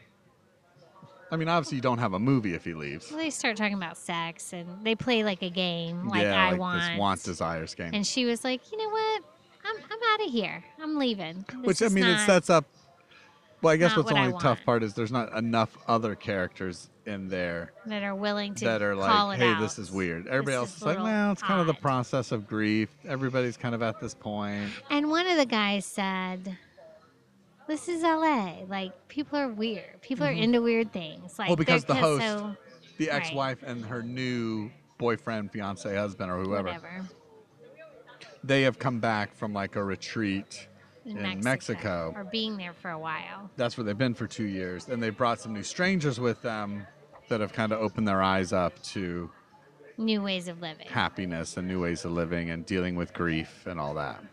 [SPEAKER 7] I mean, obviously you don't have a movie if he leaves.
[SPEAKER 6] well, they start talking about sex and they play like a game like
[SPEAKER 7] yeah,
[SPEAKER 6] i
[SPEAKER 7] like
[SPEAKER 6] want
[SPEAKER 7] this want desires game.
[SPEAKER 6] and she was like you know what i'm, I'm out of here i'm leaving This
[SPEAKER 7] Which I
[SPEAKER 6] is
[SPEAKER 7] mean, it
[SPEAKER 6] not-
[SPEAKER 7] sets up. Well, I guess
[SPEAKER 6] not
[SPEAKER 7] what's
[SPEAKER 6] what I
[SPEAKER 7] only tough
[SPEAKER 6] want.
[SPEAKER 7] part is there's not enough other characters in there
[SPEAKER 6] that are willing to
[SPEAKER 7] that are
[SPEAKER 6] call
[SPEAKER 7] like,
[SPEAKER 6] it
[SPEAKER 7] hey,
[SPEAKER 6] out.
[SPEAKER 7] this is weird. Everybody
[SPEAKER 6] This
[SPEAKER 7] else
[SPEAKER 6] is
[SPEAKER 7] is like,
[SPEAKER 6] little
[SPEAKER 7] well, it's kind of the
[SPEAKER 6] odd."
[SPEAKER 7] process of grief. Everybody's kind of at this point.
[SPEAKER 6] And one of the guys said, "This is LA. Like people are weird. People are into weird things. Like
[SPEAKER 7] Mm-hmm. oh, because the
[SPEAKER 6] they're
[SPEAKER 7] host,
[SPEAKER 6] so-
[SPEAKER 7] the
[SPEAKER 6] right.
[SPEAKER 7] ex-wife and her new boyfriend, fiance, husband, or whoever,
[SPEAKER 6] whatever.
[SPEAKER 7] they have come back from like a retreat.
[SPEAKER 6] In,
[SPEAKER 7] In Mexico.
[SPEAKER 6] or being there for a while.
[SPEAKER 7] That's where they've been for two years, and they brought some new strangers with them that have kind of opened their eyes up to
[SPEAKER 6] new ways of living.
[SPEAKER 7] happiness and new ways of living and dealing with grief and all that.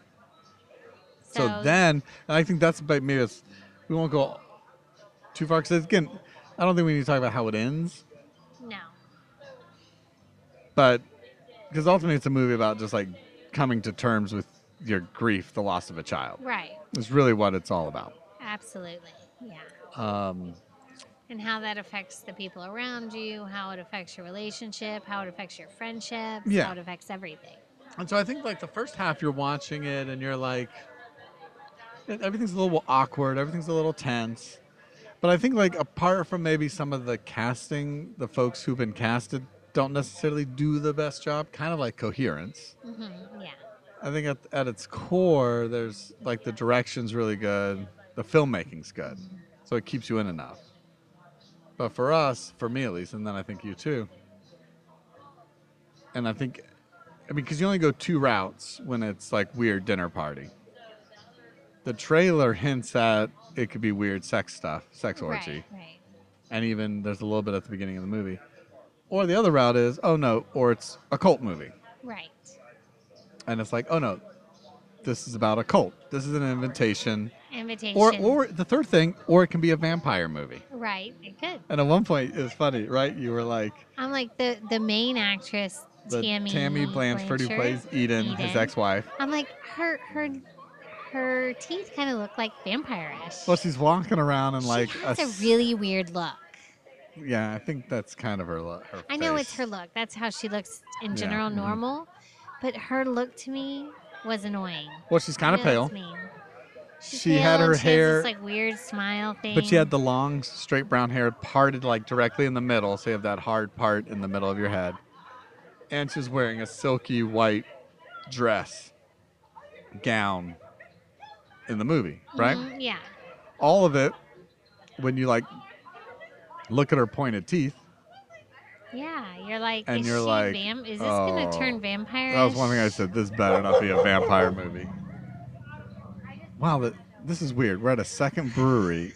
[SPEAKER 7] So,
[SPEAKER 6] So,
[SPEAKER 7] then, and I think that's but maybe it's, we won't go too far because again, I don't think we need to talk about how it ends,
[SPEAKER 6] no,
[SPEAKER 7] but because ultimately it's a movie about just like coming to terms with your grief, the loss of a child.
[SPEAKER 6] right,
[SPEAKER 7] It's really what it's all about.
[SPEAKER 6] absolutely, yeah.
[SPEAKER 7] Um,
[SPEAKER 6] And how that affects the people around you, how it affects your relationship, how it affects your friendships,
[SPEAKER 7] Yeah.
[SPEAKER 6] how it affects everything.
[SPEAKER 7] And so I think like the first half you're watching it and you're like "Eh, everything's a little awkward, everything's a little tense. But I think like apart from maybe some of the casting, the folks who've been casted don't necessarily do the best job, kind of like coherence.
[SPEAKER 6] hmm yeah.
[SPEAKER 7] I think at, at its core there's like the direction's really good, the filmmaking's good. So it keeps you in enough. But for us, for me at least, and then I think you too. And I think, I mean, because you only go two routes when it's like weird dinner party. The trailer hints at it could be weird sex stuff, sex orgy,
[SPEAKER 6] Right, right.
[SPEAKER 7] and even there's a little bit at the beginning of the movie. Or the other route is, oh no, or it's a cult movie.
[SPEAKER 6] Right.
[SPEAKER 7] And it's like, oh no, this is about a cult. This is an invitation.
[SPEAKER 6] Invitation.
[SPEAKER 7] Or, or the third thing, or it can be a vampire movie.
[SPEAKER 6] right, it could.
[SPEAKER 7] And at one point, it was funny, right? You were like,
[SPEAKER 6] I'm like the the main actress,
[SPEAKER 7] the
[SPEAKER 6] Tammy.
[SPEAKER 7] Tammy Blanchard, who plays Eden, his
[SPEAKER 6] Eden.
[SPEAKER 7] ex-wife.
[SPEAKER 6] I'm like her her her teeth kind of look like vampire ash.
[SPEAKER 7] Well, she's walking around and like
[SPEAKER 6] she has a,
[SPEAKER 7] s-
[SPEAKER 6] really weird look.
[SPEAKER 7] yeah. I think that's kind of her look. Her
[SPEAKER 6] I know it's her
[SPEAKER 7] face.
[SPEAKER 6] look. That's how she looks in
[SPEAKER 7] Yeah,
[SPEAKER 6] general,
[SPEAKER 7] mhm.
[SPEAKER 6] normal. But her look to me was annoying.
[SPEAKER 7] Well, she's kind of
[SPEAKER 6] I know
[SPEAKER 7] pale,
[SPEAKER 6] that's mean. She's
[SPEAKER 7] She had
[SPEAKER 6] pale
[SPEAKER 7] her
[SPEAKER 6] and she
[SPEAKER 7] hair-
[SPEAKER 6] has this, like weird smile thing.
[SPEAKER 7] but she had the long, straight brown hair parted like directly in the middle, so you have that hard part in the middle of your head. And she's wearing a silky white dress gown in the movie, right?
[SPEAKER 6] Mhm, Yeah,
[SPEAKER 7] all of it when you like look at her pointed teeth.
[SPEAKER 6] yeah. You're like,
[SPEAKER 7] And
[SPEAKER 6] is
[SPEAKER 7] you're
[SPEAKER 6] she
[SPEAKER 7] like,
[SPEAKER 6] vam- is this gonna
[SPEAKER 7] oh.
[SPEAKER 6] turn vampire?
[SPEAKER 7] That was one thing I said. This better not be a vampire movie. Wow, that, this is weird. We're at a second brewery,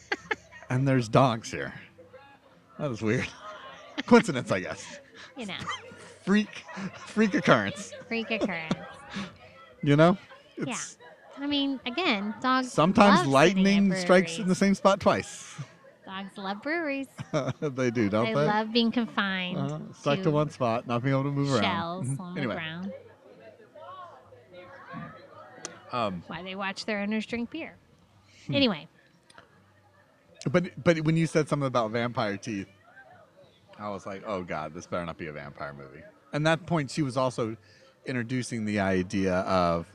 [SPEAKER 7] and there's dogs here. That is weird. Coincidence, I guess.
[SPEAKER 6] You know,
[SPEAKER 7] Freak, freak occurrence.
[SPEAKER 6] freak occurrence.
[SPEAKER 7] You know,
[SPEAKER 6] yeah. I mean, again, dogs love
[SPEAKER 7] sometimes
[SPEAKER 6] sitting at
[SPEAKER 7] lightning strikes in the
[SPEAKER 6] breweries.
[SPEAKER 7] same spot twice.
[SPEAKER 6] Dogs love breweries.
[SPEAKER 7] they do, don't
[SPEAKER 6] they
[SPEAKER 7] they?
[SPEAKER 6] love being confined.
[SPEAKER 7] Uh-huh. Stuck to one spot, not being able to move around.
[SPEAKER 6] Shells
[SPEAKER 7] Mhm.
[SPEAKER 6] on
[SPEAKER 7] anyway,
[SPEAKER 6] the ground.
[SPEAKER 7] um, hmm.
[SPEAKER 6] Why they watch their owners drink beer. Anyway,
[SPEAKER 7] But but when you said something about vampire teeth, I was like, oh god, this better not be a vampire movie. And that point, she was also introducing the idea of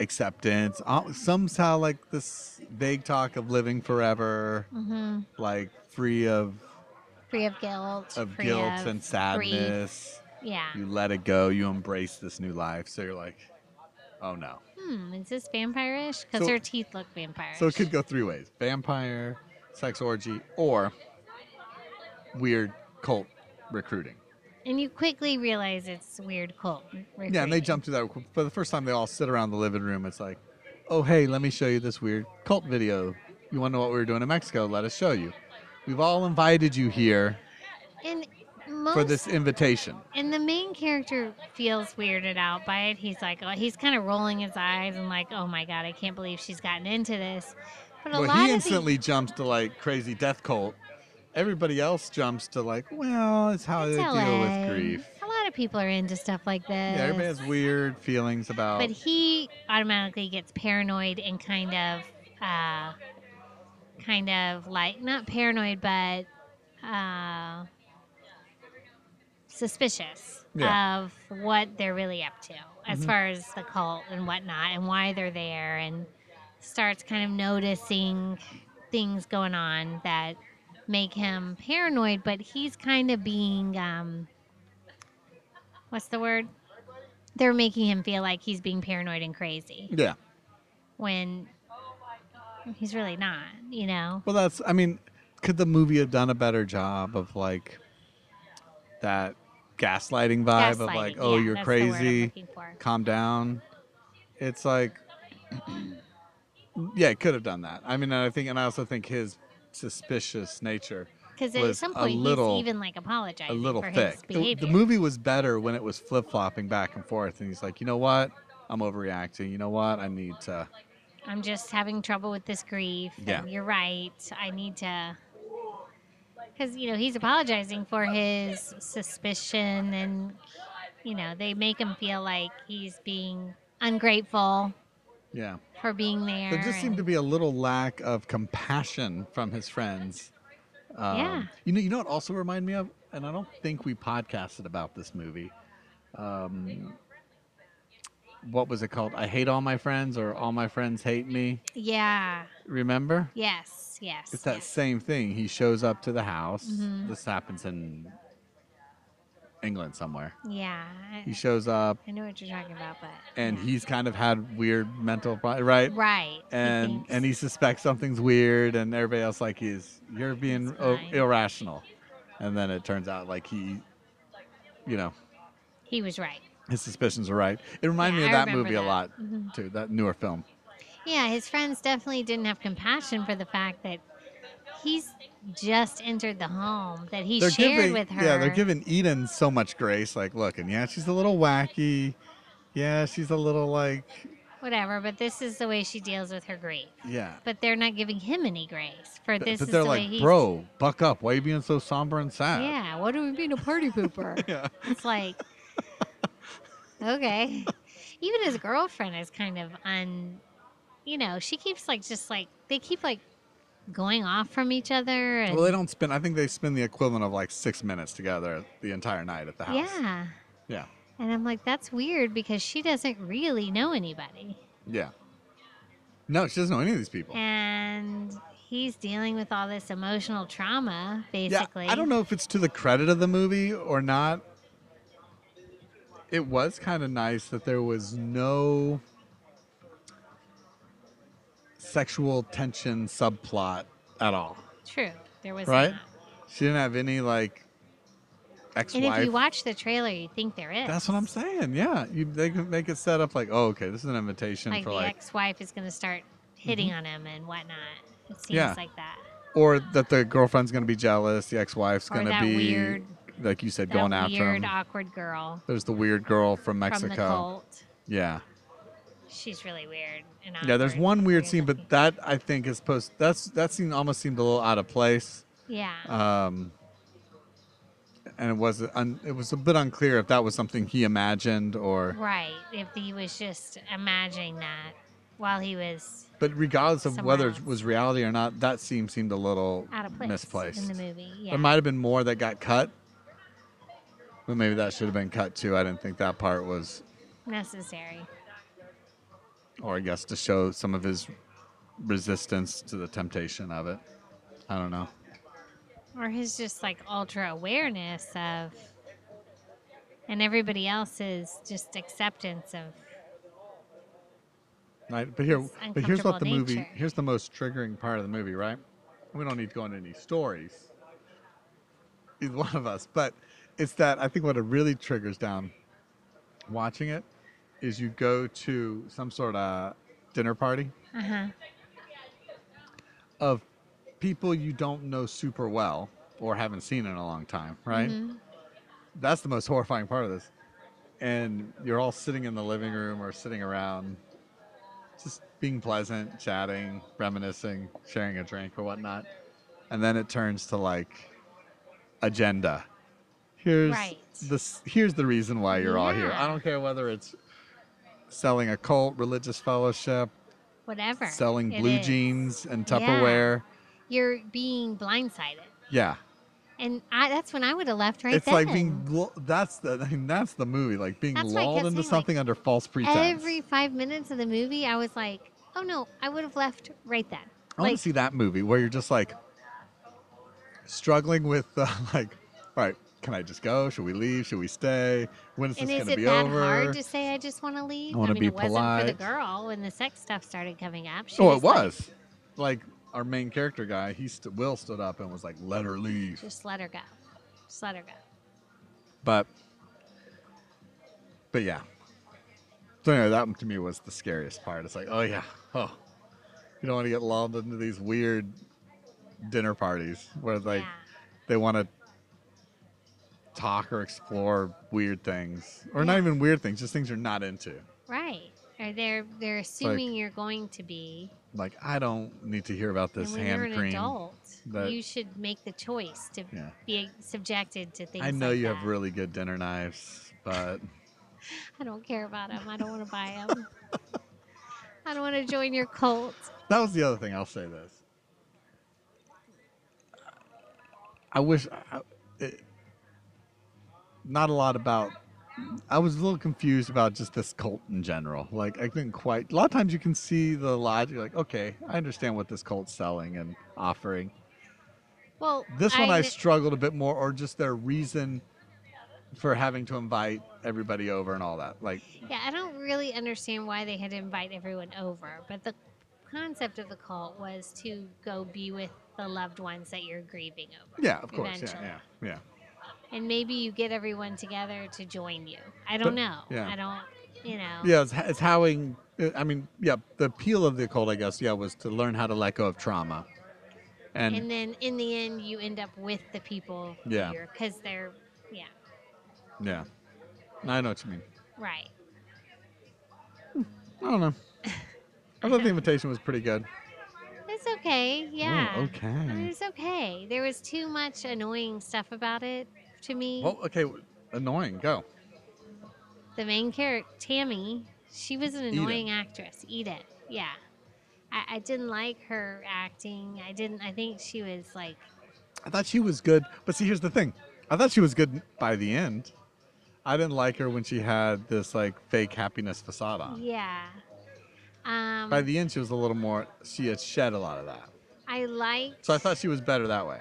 [SPEAKER 7] acceptance, uh, somehow like this vague talk of living forever,
[SPEAKER 6] mhm,
[SPEAKER 7] like free of
[SPEAKER 6] free of guilt,
[SPEAKER 7] of
[SPEAKER 6] free
[SPEAKER 7] guilt
[SPEAKER 6] of
[SPEAKER 7] and
[SPEAKER 6] grief.
[SPEAKER 7] sadness.
[SPEAKER 6] Yeah.
[SPEAKER 7] You let it go. You embrace this new life. So you're like, oh no.
[SPEAKER 6] Hmm, is this vampirish? Because
[SPEAKER 7] So-
[SPEAKER 6] her teeth look vampirish.
[SPEAKER 7] So it could go three ways: vampire, sex orgy, or weird cult recruiting.
[SPEAKER 6] and you quickly realize it's weird cult. Recruiting.
[SPEAKER 7] Yeah, and they jump to that for the first time. They all sit around the living room. It's like, oh hey, let me show you this weird cult video. You want to know what we were doing in Mexico? Let us show you. We've all invited you here
[SPEAKER 6] And most
[SPEAKER 7] for this invitation.
[SPEAKER 6] And the main character feels weirded out by it. He's like, oh, he's kind of rolling his eyes and like, oh my god, I can't believe she's gotten into this. But a
[SPEAKER 7] Well,
[SPEAKER 6] lot
[SPEAKER 7] he
[SPEAKER 6] of
[SPEAKER 7] instantly jumps to like crazy death cult. Everybody else jumps to like, well, it's how
[SPEAKER 6] the,
[SPEAKER 7] they
[SPEAKER 6] It's
[SPEAKER 7] deal
[SPEAKER 6] LA.
[SPEAKER 7] with grief.
[SPEAKER 6] A lot of people are into stuff like this.
[SPEAKER 7] Yeah, everybody has weird feelings about.
[SPEAKER 6] but he automatically gets paranoid and kind of, uh, kind of like not paranoid, but uh, suspicious
[SPEAKER 7] Yeah.
[SPEAKER 6] of what they're really up to as far as the cult and whatnot and why they're there and starts kind of noticing things going on that make him paranoid but he's kind of being um what's the word they're making him feel like he's being paranoid and crazy
[SPEAKER 7] yeah.
[SPEAKER 6] when he's really not you know
[SPEAKER 7] Well, that's. I mean, could the movie have done a better job of like that gaslighting vibe of like,
[SPEAKER 6] Gaslighting,
[SPEAKER 7] oh,
[SPEAKER 6] yeah,
[SPEAKER 7] you're
[SPEAKER 6] that's the word I'm
[SPEAKER 7] crazy,
[SPEAKER 6] looking for.
[SPEAKER 7] calm down. It's like, yeah, it could have done that. I mean, I think, and I also think his suspicious nature
[SPEAKER 6] Because at
[SPEAKER 7] was
[SPEAKER 6] some
[SPEAKER 7] a
[SPEAKER 6] point
[SPEAKER 7] little-
[SPEAKER 6] he's even like apologizing
[SPEAKER 7] a little
[SPEAKER 6] for
[SPEAKER 7] thick.
[SPEAKER 6] his
[SPEAKER 7] The- The,
[SPEAKER 6] behavior.
[SPEAKER 7] movie was better when it was flip flopping back and forth, and he's like, you know what, I'm overreacting. You know what, I need to.
[SPEAKER 6] I'm just having trouble with this grief. and
[SPEAKER 7] Yeah.
[SPEAKER 6] You're right. I need to. Because, you know, he's apologizing for his suspicion, and, you know, they make him feel like he's being ungrateful
[SPEAKER 7] Yeah,
[SPEAKER 6] for being there.
[SPEAKER 7] there just seemed to
[SPEAKER 6] and-
[SPEAKER 7] be a little lack of compassion from his friends. Um,
[SPEAKER 6] Yeah.
[SPEAKER 7] You know, you know what also reminded me of, and I don't think we podcasted about this movie. Um, what was it called? I hate all my friends, or all my friends hate me.
[SPEAKER 6] Yeah.
[SPEAKER 7] Remember?
[SPEAKER 6] Yes. Yes.
[SPEAKER 7] It's that
[SPEAKER 6] yes.
[SPEAKER 7] same thing. He shows up to the house.
[SPEAKER 6] Mm-hmm.
[SPEAKER 7] This happens in England somewhere.
[SPEAKER 6] Yeah. I,
[SPEAKER 7] He shows up
[SPEAKER 6] I know what you're talking about, but.
[SPEAKER 7] and
[SPEAKER 6] yeah.
[SPEAKER 7] he's kind of had weird mental pro- right?
[SPEAKER 6] Right.
[SPEAKER 7] And
[SPEAKER 6] thinks-
[SPEAKER 7] and he suspects something's weird and everybody else like is you're being
[SPEAKER 6] It's
[SPEAKER 7] o-
[SPEAKER 6] fine.
[SPEAKER 7] irrational. And then it turns out like he you know,
[SPEAKER 6] he was right.
[SPEAKER 7] his suspicions are right. It reminded
[SPEAKER 6] Yeah,
[SPEAKER 7] me
[SPEAKER 6] I
[SPEAKER 7] of that
[SPEAKER 6] remember
[SPEAKER 7] movie a
[SPEAKER 6] that. Mm-hmm.
[SPEAKER 7] lot too, that newer film.
[SPEAKER 6] Yeah, his friends definitely didn't have compassion for the fact that he's just entered the home that he shared
[SPEAKER 7] giving,
[SPEAKER 6] with her.
[SPEAKER 7] Yeah, they're giving Eden so much grace. Like, look, and yeah, she's a little wacky. Yeah, she's a little like,
[SPEAKER 6] whatever, but this is the way she deals with her grief.
[SPEAKER 7] yeah.
[SPEAKER 6] But they're not giving him any grace for
[SPEAKER 7] But,
[SPEAKER 6] this.
[SPEAKER 7] but
[SPEAKER 6] is
[SPEAKER 7] they're
[SPEAKER 6] the
[SPEAKER 7] like,
[SPEAKER 6] way he's,
[SPEAKER 7] bro, buck up. Why are you being so somber and sad?
[SPEAKER 6] Yeah, what do we mean a party pooper? It's like, okay. Even his girlfriend is kind of un, you know, she keeps like just like they keep like going off from each other. And,
[SPEAKER 7] Well, they don't spend. I think they spend the equivalent of like six minutes together the entire night at the house.
[SPEAKER 6] yeah.
[SPEAKER 7] Yeah.
[SPEAKER 6] And I'm like, that's weird because she doesn't really know anybody.
[SPEAKER 7] Yeah. No, she doesn't know any of these people.
[SPEAKER 6] And he's dealing with all this emotional trauma, basically.
[SPEAKER 7] Yeah, I don't know if it's to the credit of the movie or not. It was kind of nice that there was no sexual tension subplot at all,
[SPEAKER 6] True. There was
[SPEAKER 7] right?
[SPEAKER 6] not.
[SPEAKER 7] She didn't have any like
[SPEAKER 6] And if
[SPEAKER 7] ex-wife.
[SPEAKER 6] you watch the trailer, you think there is.
[SPEAKER 7] That's what I'm saying. Yeah, you they could make it set up like, oh, okay, this is an invitation
[SPEAKER 6] Like
[SPEAKER 7] for
[SPEAKER 6] the
[SPEAKER 7] like, Mm-hmm.
[SPEAKER 6] ex-wife is going to start hitting on him and whatnot. It seems
[SPEAKER 7] Yeah.
[SPEAKER 6] like that.
[SPEAKER 7] or that the girlfriend's gonna be jealous, the ex-wife's
[SPEAKER 6] Or
[SPEAKER 7] gonna
[SPEAKER 6] that
[SPEAKER 7] be,
[SPEAKER 6] weird-
[SPEAKER 7] like you said,
[SPEAKER 6] That
[SPEAKER 7] going after
[SPEAKER 6] weird,
[SPEAKER 7] him.
[SPEAKER 6] awkward girl
[SPEAKER 7] There's the weird girl from
[SPEAKER 6] from
[SPEAKER 7] Mexico.
[SPEAKER 6] the cult.
[SPEAKER 7] Yeah.
[SPEAKER 6] She's really weird. And
[SPEAKER 7] Yeah, there's
[SPEAKER 6] awkward,
[SPEAKER 7] one weird scene, but
[SPEAKER 6] looking.
[SPEAKER 7] that I think is post. That's that scene almost seemed a little out of place,
[SPEAKER 6] yeah,
[SPEAKER 7] um, and it was un, it was a bit unclear if that was something he imagined or.
[SPEAKER 6] right. If he was just imagining that while he was
[SPEAKER 7] But regardless of
[SPEAKER 6] Somewhere
[SPEAKER 7] whether
[SPEAKER 6] else.
[SPEAKER 7] it was reality or not, that scene seemed a little
[SPEAKER 6] out of place
[SPEAKER 7] misplaced.
[SPEAKER 6] in the movie. Yeah.
[SPEAKER 7] There might have been more that got cut, but maybe that should have been cut too. I didn't think that part was,
[SPEAKER 6] necessary.
[SPEAKER 7] or I guess to show some of his resistance to the temptation of it. I don't know.
[SPEAKER 6] Or his just like ultra awareness of and everybody else's just acceptance of
[SPEAKER 7] Right, but here,
[SPEAKER 6] It's
[SPEAKER 7] but here's what the
[SPEAKER 6] uncomfortable
[SPEAKER 7] movie.
[SPEAKER 6] nature.
[SPEAKER 7] Here's the most triggering part of the movie, right? We don't need to go into any stories, either one of us. But it's that I think what it really triggers down, watching it, is you go to some sort of dinner party
[SPEAKER 6] uh-huh.
[SPEAKER 7] of people you don't know super well or haven't seen in a long time, right?
[SPEAKER 6] Mm-hmm.
[SPEAKER 7] That's the most horrifying part of this. And you're all sitting in the living room or sitting around, just being pleasant, chatting, reminiscing, sharing a drink or whatnot. And then it turns to like agenda. Here's
[SPEAKER 6] Right.
[SPEAKER 7] this. Here's the reason why you're all here.
[SPEAKER 6] Yeah.
[SPEAKER 7] I don't care whether it's selling a cult, religious fellowship,
[SPEAKER 6] whatever.
[SPEAKER 7] selling
[SPEAKER 6] it
[SPEAKER 7] blue
[SPEAKER 6] is.
[SPEAKER 7] jeans and
[SPEAKER 6] Yeah.
[SPEAKER 7] Tupperware.
[SPEAKER 6] You're being blindsided.
[SPEAKER 7] Yeah.
[SPEAKER 6] And I that's when I would have left right
[SPEAKER 7] it's
[SPEAKER 6] then.
[SPEAKER 7] like being lu- that's the I mean, that's the movie like being
[SPEAKER 6] That's why I
[SPEAKER 7] lulled
[SPEAKER 6] kept
[SPEAKER 7] into
[SPEAKER 6] saying, like,
[SPEAKER 7] something under false pretense.
[SPEAKER 6] every five minutes of the movie I was like, Oh no, I would have left right then.
[SPEAKER 7] I want
[SPEAKER 6] like-
[SPEAKER 7] to see that movie where you're just like struggling with uh, like, all right, can I just go? Should we leave? Should we stay? When is
[SPEAKER 6] And
[SPEAKER 7] this
[SPEAKER 6] is
[SPEAKER 7] going
[SPEAKER 6] it
[SPEAKER 7] be
[SPEAKER 6] that
[SPEAKER 7] over? Oh,
[SPEAKER 6] hard to say I just want to leave?
[SPEAKER 7] I wanna
[SPEAKER 6] mean,
[SPEAKER 7] be
[SPEAKER 6] it wasn't for the
[SPEAKER 7] polite.
[SPEAKER 6] girl when the sex stuff started coming up. She
[SPEAKER 7] oh,
[SPEAKER 6] like,
[SPEAKER 7] it was like our main character guy. He st- Will stood up and was like, "Let her leave,"
[SPEAKER 6] just let her go. Just let her go.
[SPEAKER 7] but but yeah. So anyway, that to me was the scariest part. It's like, oh yeah, oh, you don't want to get lulled into these weird dinner parties where like
[SPEAKER 6] Yeah.
[SPEAKER 7] they want to talk or explore weird things, or not even weird things, just things you're not into.
[SPEAKER 6] Right. Or they're they're assuming you're going to be.
[SPEAKER 7] Like I don't need to hear about this
[SPEAKER 6] and when
[SPEAKER 7] hand
[SPEAKER 6] you're an
[SPEAKER 7] cream.
[SPEAKER 6] adult,
[SPEAKER 7] that-
[SPEAKER 6] you should make the choice to
[SPEAKER 7] Yeah.
[SPEAKER 6] be subjected to things.
[SPEAKER 7] I know
[SPEAKER 6] like
[SPEAKER 7] you
[SPEAKER 6] that.
[SPEAKER 7] have really good dinner knives, but
[SPEAKER 6] I don't care about them. I don't want to buy them. I don't want to join your cult.
[SPEAKER 7] that was the other thing. I'll say this. I wish I, it, not a lot about. I was a little confused about just this cult in general. Like I couldn't quite. A lot of times you can see the logic. Like okay, I understand what this cult's selling and offering.
[SPEAKER 6] Well,
[SPEAKER 7] This one I
[SPEAKER 6] kn-
[SPEAKER 7] struggled a bit more, or just their reason for having to invite everybody over and all that. Like
[SPEAKER 6] Yeah, I don't really understand why they had to invite everyone over, but the concept of the cult was to go be with the loved ones that you're grieving over.
[SPEAKER 7] yeah, of course, yeah,
[SPEAKER 6] Eventually.
[SPEAKER 7] yeah, yeah.
[SPEAKER 6] And maybe you get everyone together to join you. I don't know.
[SPEAKER 7] yeah.
[SPEAKER 6] I don't, you know.
[SPEAKER 7] Yeah, it's, it's howing. I mean, yeah, the appeal of the occult, I guess, yeah, was to learn how to let go of trauma, and,
[SPEAKER 6] And then in the end, you end up with the people
[SPEAKER 7] Yeah.
[SPEAKER 6] because they're, yeah,
[SPEAKER 7] yeah, I know what you mean.
[SPEAKER 6] right.
[SPEAKER 7] I don't know. I thought the invitation was pretty good.
[SPEAKER 6] It's okay. Yeah.
[SPEAKER 7] Oh, okay.
[SPEAKER 6] I mean, it's okay. There was too much annoying stuff about it to me.
[SPEAKER 7] Well, Oh, okay, w- annoying. Go.
[SPEAKER 6] the main character Tammy, she was an
[SPEAKER 7] Eden.
[SPEAKER 6] annoying actress. Edith, yeah. I, I didn't like her acting. I didn't. I think she was like,
[SPEAKER 7] I thought she was good, but see, here's the thing. I thought she was good by the end. I didn't like her when she had this like fake happiness facade on.
[SPEAKER 6] yeah. Um,
[SPEAKER 7] By the end, she was a little more. She had shed a lot of that,
[SPEAKER 6] I liked.
[SPEAKER 7] so I thought she was better that way.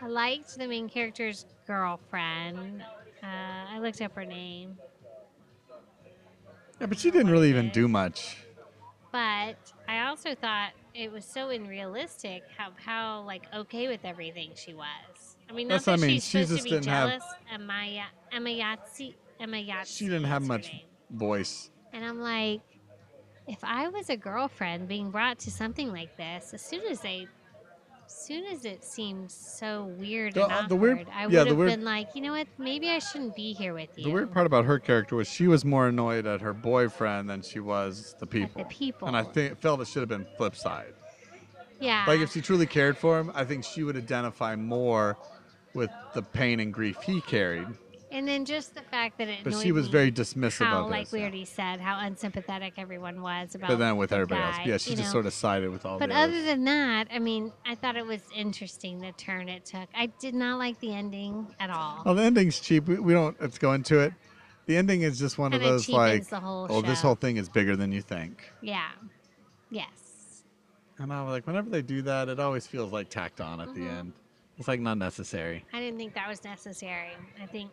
[SPEAKER 6] I liked the main character's girlfriend. Uh, I looked up her name,
[SPEAKER 7] Yeah, but she didn't really even do much.
[SPEAKER 6] but I also thought it was so unrealistic how how like okay with everything she was. I mean, not
[SPEAKER 7] That's
[SPEAKER 6] that
[SPEAKER 7] what I mean.
[SPEAKER 6] she's
[SPEAKER 7] She
[SPEAKER 6] supposed
[SPEAKER 7] just
[SPEAKER 6] to be
[SPEAKER 7] didn't have-
[SPEAKER 6] jealous. Amaya, Amayatsi, Amayatsi.
[SPEAKER 7] She didn't have
[SPEAKER 6] is her
[SPEAKER 7] much
[SPEAKER 6] name.
[SPEAKER 7] voice.
[SPEAKER 6] And I'm like, if I was a girlfriend being brought to something like this, as soon as they, as soon as it seemed so weird
[SPEAKER 7] The-
[SPEAKER 6] and
[SPEAKER 7] uh,
[SPEAKER 6] awkward,
[SPEAKER 7] the weird-
[SPEAKER 6] I
[SPEAKER 7] yeah,
[SPEAKER 6] would
[SPEAKER 7] the
[SPEAKER 6] have
[SPEAKER 7] weird-
[SPEAKER 6] been like, you know what? Maybe I shouldn't be here with you.
[SPEAKER 7] The weird part about her character was she was more annoyed at her boyfriend than she was the people.
[SPEAKER 6] people. Ah.
[SPEAKER 7] And I think felt it should have been flip side.
[SPEAKER 6] yeah,
[SPEAKER 7] Like if she truly cared for him, I think she would identify more with the pain and grief he carried.
[SPEAKER 6] and then just the fact that it.
[SPEAKER 7] But she
[SPEAKER 6] annoyed
[SPEAKER 7] was
[SPEAKER 6] me
[SPEAKER 7] very dismissive
[SPEAKER 6] How,
[SPEAKER 7] of
[SPEAKER 6] like
[SPEAKER 7] us.
[SPEAKER 6] we already said, how unsympathetic everyone was about.
[SPEAKER 7] But then with
[SPEAKER 6] the
[SPEAKER 7] everybody
[SPEAKER 6] guy,
[SPEAKER 7] else, yeah, she
[SPEAKER 6] you
[SPEAKER 7] just
[SPEAKER 6] know?
[SPEAKER 7] sort of sided with all
[SPEAKER 6] But
[SPEAKER 7] the
[SPEAKER 6] other
[SPEAKER 7] others.
[SPEAKER 6] than that, I mean, I thought it was interesting the turn it took. I did not like the ending at all.
[SPEAKER 7] Well, the ending's cheap. We, we don't. Let's go into it. The ending is just one
[SPEAKER 6] Kinda
[SPEAKER 7] of those
[SPEAKER 6] cheapens
[SPEAKER 7] like,
[SPEAKER 6] the whole
[SPEAKER 7] oh, this
[SPEAKER 6] show.
[SPEAKER 7] whole thing is bigger than you think.
[SPEAKER 6] Yeah. Yes.
[SPEAKER 7] And I was like, whenever they do that, it always feels like tacked on at
[SPEAKER 6] Mm-hmm.
[SPEAKER 7] the end. It's like not necessary.
[SPEAKER 6] I didn't think that was necessary. I think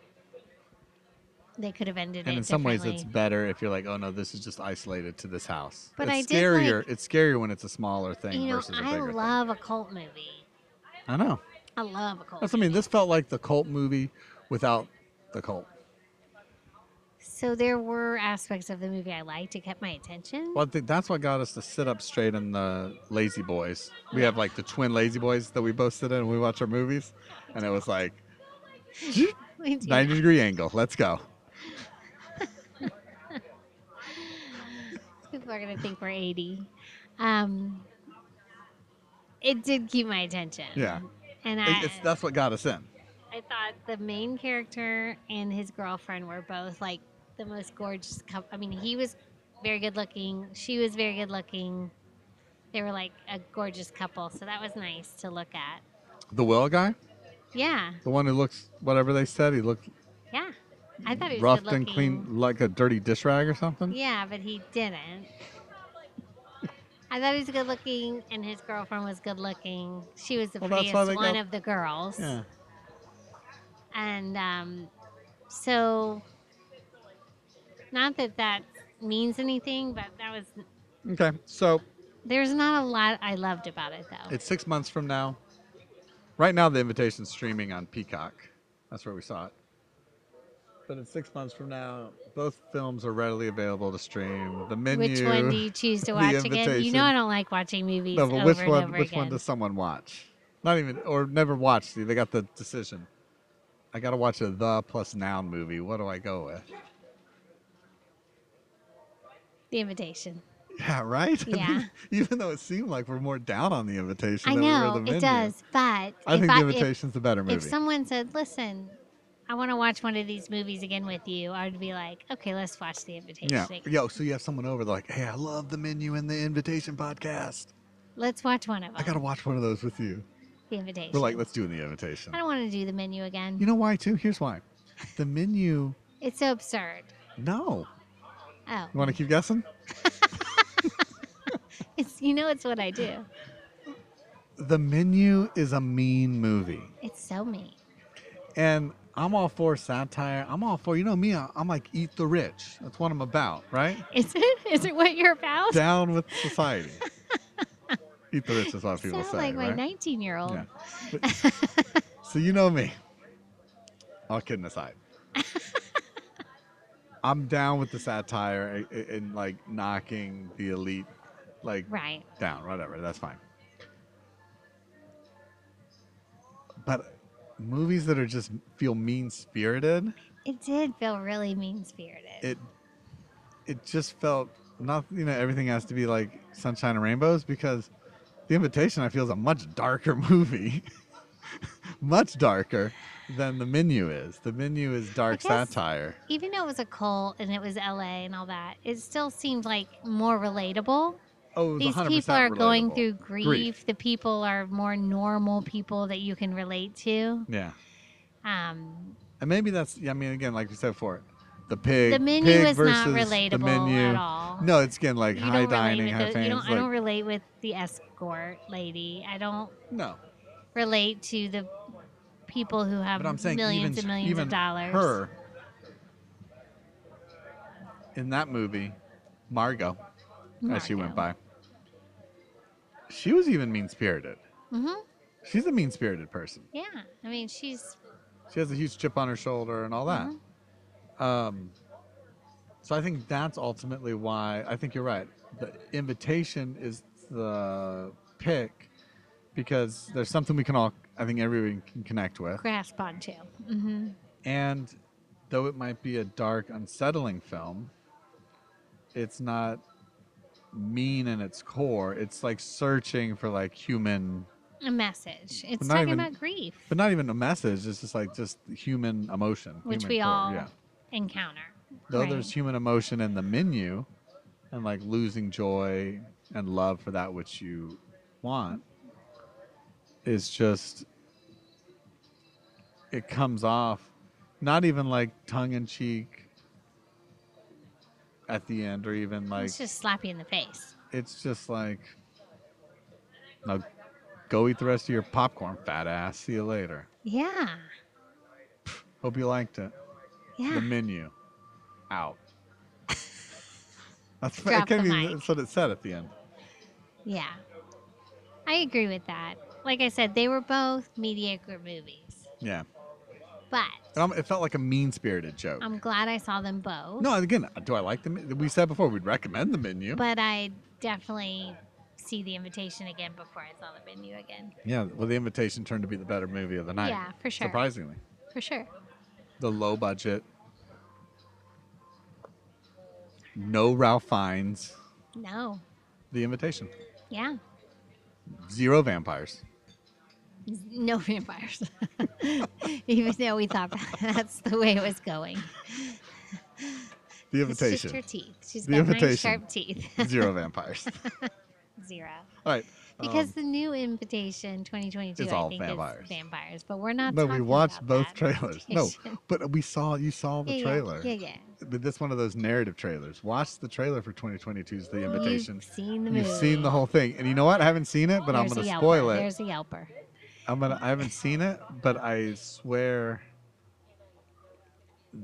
[SPEAKER 6] they could have ended
[SPEAKER 7] And
[SPEAKER 6] it
[SPEAKER 7] in some ways, it's
[SPEAKER 6] differently.
[SPEAKER 7] better if you're like, oh no, this is just isolated to this house.
[SPEAKER 6] But
[SPEAKER 7] it's
[SPEAKER 6] I did like-
[SPEAKER 7] scarier. it's scarier when it's a smaller thing
[SPEAKER 6] You know,
[SPEAKER 7] versus a
[SPEAKER 6] I
[SPEAKER 7] bigger
[SPEAKER 6] love a cult movie.
[SPEAKER 7] thing. I know.
[SPEAKER 6] I love a cult.
[SPEAKER 7] That's what I mean. This felt like the cult movie without the cult.
[SPEAKER 6] So there were aspects of the movie I liked. It kept my attention.
[SPEAKER 7] Well, I think that's what got us to sit up straight in the Lazy Boys. We have like the twin Lazy Boys that we both sit in when we watch our movies, and it was like
[SPEAKER 6] We do.
[SPEAKER 7] 90 degree angle. Let's go.
[SPEAKER 6] People are gonna think we're eighty. Um, it did keep my attention.
[SPEAKER 7] Yeah.
[SPEAKER 6] And
[SPEAKER 7] It-
[SPEAKER 6] I,
[SPEAKER 7] it's, that's what got us in.
[SPEAKER 6] I thought the main character and his girlfriend were both like the most gorgeous couple. I mean, he was very good looking. She was very good looking. They were like a gorgeous couple, so that was nice to look at.
[SPEAKER 7] The Will guy,
[SPEAKER 6] Yeah,
[SPEAKER 7] the one who looks whatever they said, he looked
[SPEAKER 6] yeah. I thought he was
[SPEAKER 7] roughed
[SPEAKER 6] good looking.
[SPEAKER 7] and clean like a dirty dish rag or something.
[SPEAKER 6] Yeah, but he didn't. I thought he was good looking, and his girlfriend was good looking. She was the
[SPEAKER 7] Well, that's
[SPEAKER 6] prettiest
[SPEAKER 7] why they
[SPEAKER 6] one
[SPEAKER 7] go-
[SPEAKER 6] of the girls.
[SPEAKER 7] Yeah.
[SPEAKER 6] And um, so, not that that means anything, but that was,
[SPEAKER 7] Okay. So
[SPEAKER 6] there's not a lot I loved about it though.
[SPEAKER 7] it's six months from now. Right now, the invitation's streaming on Peacock. That's where we saw it. But in six months from now, both films are readily available to stream. The menu.
[SPEAKER 6] Which one do you choose to
[SPEAKER 7] the
[SPEAKER 6] watch again? You
[SPEAKER 7] invitation.
[SPEAKER 6] know I don't like watching movies
[SPEAKER 7] no,
[SPEAKER 6] over
[SPEAKER 7] but which
[SPEAKER 6] and
[SPEAKER 7] one?
[SPEAKER 6] over
[SPEAKER 7] Which
[SPEAKER 6] again.
[SPEAKER 7] one does someone watch? Not even, or never watched. See, they got the decision. I got to watch a the plus noun movie. What do I go with?
[SPEAKER 6] The invitation.
[SPEAKER 7] Yeah, right? I mean,
[SPEAKER 6] Yeah.
[SPEAKER 7] even though it seemed like we're more down on the invitation
[SPEAKER 6] I
[SPEAKER 7] than we were
[SPEAKER 6] know
[SPEAKER 7] the menu.
[SPEAKER 6] it does, but
[SPEAKER 7] I
[SPEAKER 6] if
[SPEAKER 7] think
[SPEAKER 6] I,
[SPEAKER 7] the
[SPEAKER 6] if-
[SPEAKER 7] invitation's the better movie.
[SPEAKER 6] if someone said, "Listen, I want to watch one of these movies again with you," I'd be like, "Okay, let's watch The Invitation.
[SPEAKER 7] yeah.
[SPEAKER 6] again.
[SPEAKER 7] Yo, so you have someone over, they're like, hey, I love the menu and the invitation podcast.
[SPEAKER 6] Let's watch one of them.
[SPEAKER 7] I got to watch one of those with you.
[SPEAKER 6] the Invitation.
[SPEAKER 7] We're like, let's do the invitation.
[SPEAKER 6] I don't want to do the menu again.
[SPEAKER 7] You know why, too? Here's why. The menu,
[SPEAKER 6] it's so absurd.
[SPEAKER 7] no.
[SPEAKER 6] Oh,
[SPEAKER 7] You want to keep guessing?
[SPEAKER 6] it's you know it's what I do.
[SPEAKER 7] The menu is a mean movie.
[SPEAKER 6] It's so mean.
[SPEAKER 7] And I'm all for satire. I'm all for, you know me, I- I'm like, eat the rich. That's what I'm about, right?
[SPEAKER 6] Is it? Is it what you're about?
[SPEAKER 7] Down with society. eat the rich is what people
[SPEAKER 6] Sound
[SPEAKER 7] say.
[SPEAKER 6] like my
[SPEAKER 7] right?
[SPEAKER 6] 19 year old.
[SPEAKER 7] Yeah. But- so you know me. All kidding aside, I'm down with the satire and, and like knocking the elite, like
[SPEAKER 6] Right.
[SPEAKER 7] down, whatever. That's fine. But movies that are just feel mean spirited,
[SPEAKER 6] It did feel really mean spirited.
[SPEAKER 7] it it just felt not you know everything has to be like sunshine and rainbows because the invitation i feel is a much darker movie much darker than the menu is the menu is dark
[SPEAKER 6] guess-
[SPEAKER 7] satire
[SPEAKER 6] Even though it was a cult and it was LA and all that, it still seemed like more relatable.
[SPEAKER 7] oh it was
[SPEAKER 6] These
[SPEAKER 7] 100%
[SPEAKER 6] people are going
[SPEAKER 7] relatable.
[SPEAKER 6] through grief. The people are more normal people that you can relate to.
[SPEAKER 7] yeah
[SPEAKER 6] Um,
[SPEAKER 7] and maybe that's i mean again like we said before the pig
[SPEAKER 6] the menu
[SPEAKER 7] pig
[SPEAKER 6] is not
[SPEAKER 7] versus the
[SPEAKER 6] relatable
[SPEAKER 7] menu.
[SPEAKER 6] at all.
[SPEAKER 7] no it's again like
[SPEAKER 6] you
[SPEAKER 7] high
[SPEAKER 6] don't
[SPEAKER 7] dining
[SPEAKER 6] relate with
[SPEAKER 7] high
[SPEAKER 6] the,
[SPEAKER 7] fans
[SPEAKER 6] you don't, I
[SPEAKER 7] like-
[SPEAKER 6] don't relate with the escort lady. I don't
[SPEAKER 7] no
[SPEAKER 6] relate to the people who have
[SPEAKER 7] But I'm saying
[SPEAKER 6] millions
[SPEAKER 7] even,
[SPEAKER 6] and millions
[SPEAKER 7] even
[SPEAKER 6] of dollars.
[SPEAKER 7] her in that movie, Margot, as she went by,
[SPEAKER 6] Margot.
[SPEAKER 7] she was even mean spirited.
[SPEAKER 6] Mhm.
[SPEAKER 7] She's a mean spirited person.
[SPEAKER 6] Yeah, I mean she's
[SPEAKER 7] She has a huge chip on her shoulder and all that.
[SPEAKER 6] Mm-hmm.
[SPEAKER 7] Um, so I think that's ultimately why I think you're right. The invitation is the pick because there's something we can all, I think everyone can connect with.
[SPEAKER 6] grasp onto. hmm
[SPEAKER 7] And though it might be a dark, unsettling film, it's not mean in its core. It's like searching for like human,
[SPEAKER 6] A message. It's
[SPEAKER 7] But not
[SPEAKER 6] talking
[SPEAKER 7] even-
[SPEAKER 6] about grief,
[SPEAKER 7] but not even a message. It's just like just human emotion,
[SPEAKER 6] which
[SPEAKER 7] human
[SPEAKER 6] we
[SPEAKER 7] core,
[SPEAKER 6] all
[SPEAKER 7] Yeah.
[SPEAKER 6] encounter.
[SPEAKER 7] Though
[SPEAKER 6] right?
[SPEAKER 7] there's human emotion in the menu, and like losing joy and love for that which you want, is just it comes off not even like tongue in cheek at the end or even like
[SPEAKER 6] it's just slap you in the face.
[SPEAKER 7] it's just like now go eat the rest of your popcorn fat ass see you later
[SPEAKER 6] Yeah,
[SPEAKER 7] hope you liked it
[SPEAKER 6] yeah.
[SPEAKER 7] the menu out that's
[SPEAKER 6] Drop
[SPEAKER 7] I can't
[SPEAKER 6] the
[SPEAKER 7] even,
[SPEAKER 6] mic.
[SPEAKER 7] that's what it said at the end
[SPEAKER 6] Yeah. I agree with that. Like I said, they were both mediocre movies.
[SPEAKER 7] yeah
[SPEAKER 6] But
[SPEAKER 7] and I'm, it felt like a mean-spirited joke
[SPEAKER 6] I'm glad I saw them both.
[SPEAKER 7] no again do i like the menu we said before we'd recommend the menu
[SPEAKER 6] But I definitely see the invitation again before I saw the menu again.
[SPEAKER 7] yeah well the invitation turned to be the better movie of the night
[SPEAKER 6] Yeah, for sure.
[SPEAKER 7] surprisingly
[SPEAKER 6] For sure.
[SPEAKER 7] the low budget no ralph fiennes
[SPEAKER 6] No.
[SPEAKER 7] the invitation
[SPEAKER 6] Yeah.
[SPEAKER 7] zero vampires
[SPEAKER 6] No vampires. Even though we thought that's the way it was going.
[SPEAKER 7] the
[SPEAKER 6] It's just her
[SPEAKER 7] invitation
[SPEAKER 6] teeth. She's
[SPEAKER 7] The
[SPEAKER 6] got nice
[SPEAKER 7] invitation.
[SPEAKER 6] sharp teeth.
[SPEAKER 7] zero vampires
[SPEAKER 6] Zero.
[SPEAKER 7] all right
[SPEAKER 6] Because the new invitation 2022
[SPEAKER 7] Um, it's
[SPEAKER 6] I
[SPEAKER 7] all
[SPEAKER 6] think is
[SPEAKER 7] vampires.
[SPEAKER 6] vampires, but we're not
[SPEAKER 7] no we
[SPEAKER 6] talking
[SPEAKER 7] watched
[SPEAKER 6] about
[SPEAKER 7] both
[SPEAKER 6] that
[SPEAKER 7] trailers no
[SPEAKER 6] invitation.
[SPEAKER 7] but we saw you saw the
[SPEAKER 6] Yeah, yeah,
[SPEAKER 7] trailer
[SPEAKER 6] Yeah, yeah.
[SPEAKER 7] but that's one of those narrative trailers. Watch the trailer for 2022's The Invitation.
[SPEAKER 6] You've seen the
[SPEAKER 7] You've
[SPEAKER 6] movie.
[SPEAKER 7] seen the whole thing, and you know what? I haven't seen it, but I'm
[SPEAKER 6] There's a
[SPEAKER 7] gonna
[SPEAKER 6] Yelper.
[SPEAKER 7] spoil it.
[SPEAKER 6] There's a Yelper.
[SPEAKER 7] I'm gonna. I haven't seen it, but I swear,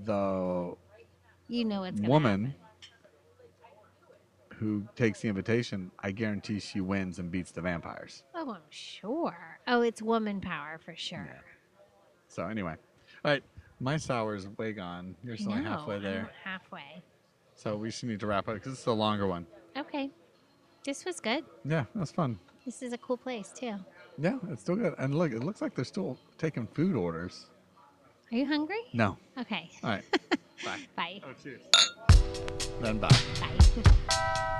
[SPEAKER 7] the
[SPEAKER 6] You know what's going
[SPEAKER 7] woman who takes the invitation, I guarantee she wins and beats the vampires.
[SPEAKER 6] Oh, I'm sure. Oh, it's woman power for sure.
[SPEAKER 7] So anyway, all right, my sour's way gone. You're
[SPEAKER 6] I
[SPEAKER 7] still only
[SPEAKER 6] know,
[SPEAKER 7] halfway
[SPEAKER 6] I'm
[SPEAKER 7] there,
[SPEAKER 6] halfway.
[SPEAKER 7] so we should need to wrap up because it's a longer one.
[SPEAKER 6] Okay. This was good.
[SPEAKER 7] Yeah, that's fun.
[SPEAKER 6] This is a cool place too.
[SPEAKER 7] Yeah, it's still good. And look, it looks like they're still taking food orders.
[SPEAKER 6] Are you hungry?
[SPEAKER 7] No.
[SPEAKER 6] Okay.
[SPEAKER 7] All right.
[SPEAKER 6] Bye.
[SPEAKER 7] Then bye.
[SPEAKER 6] Bye.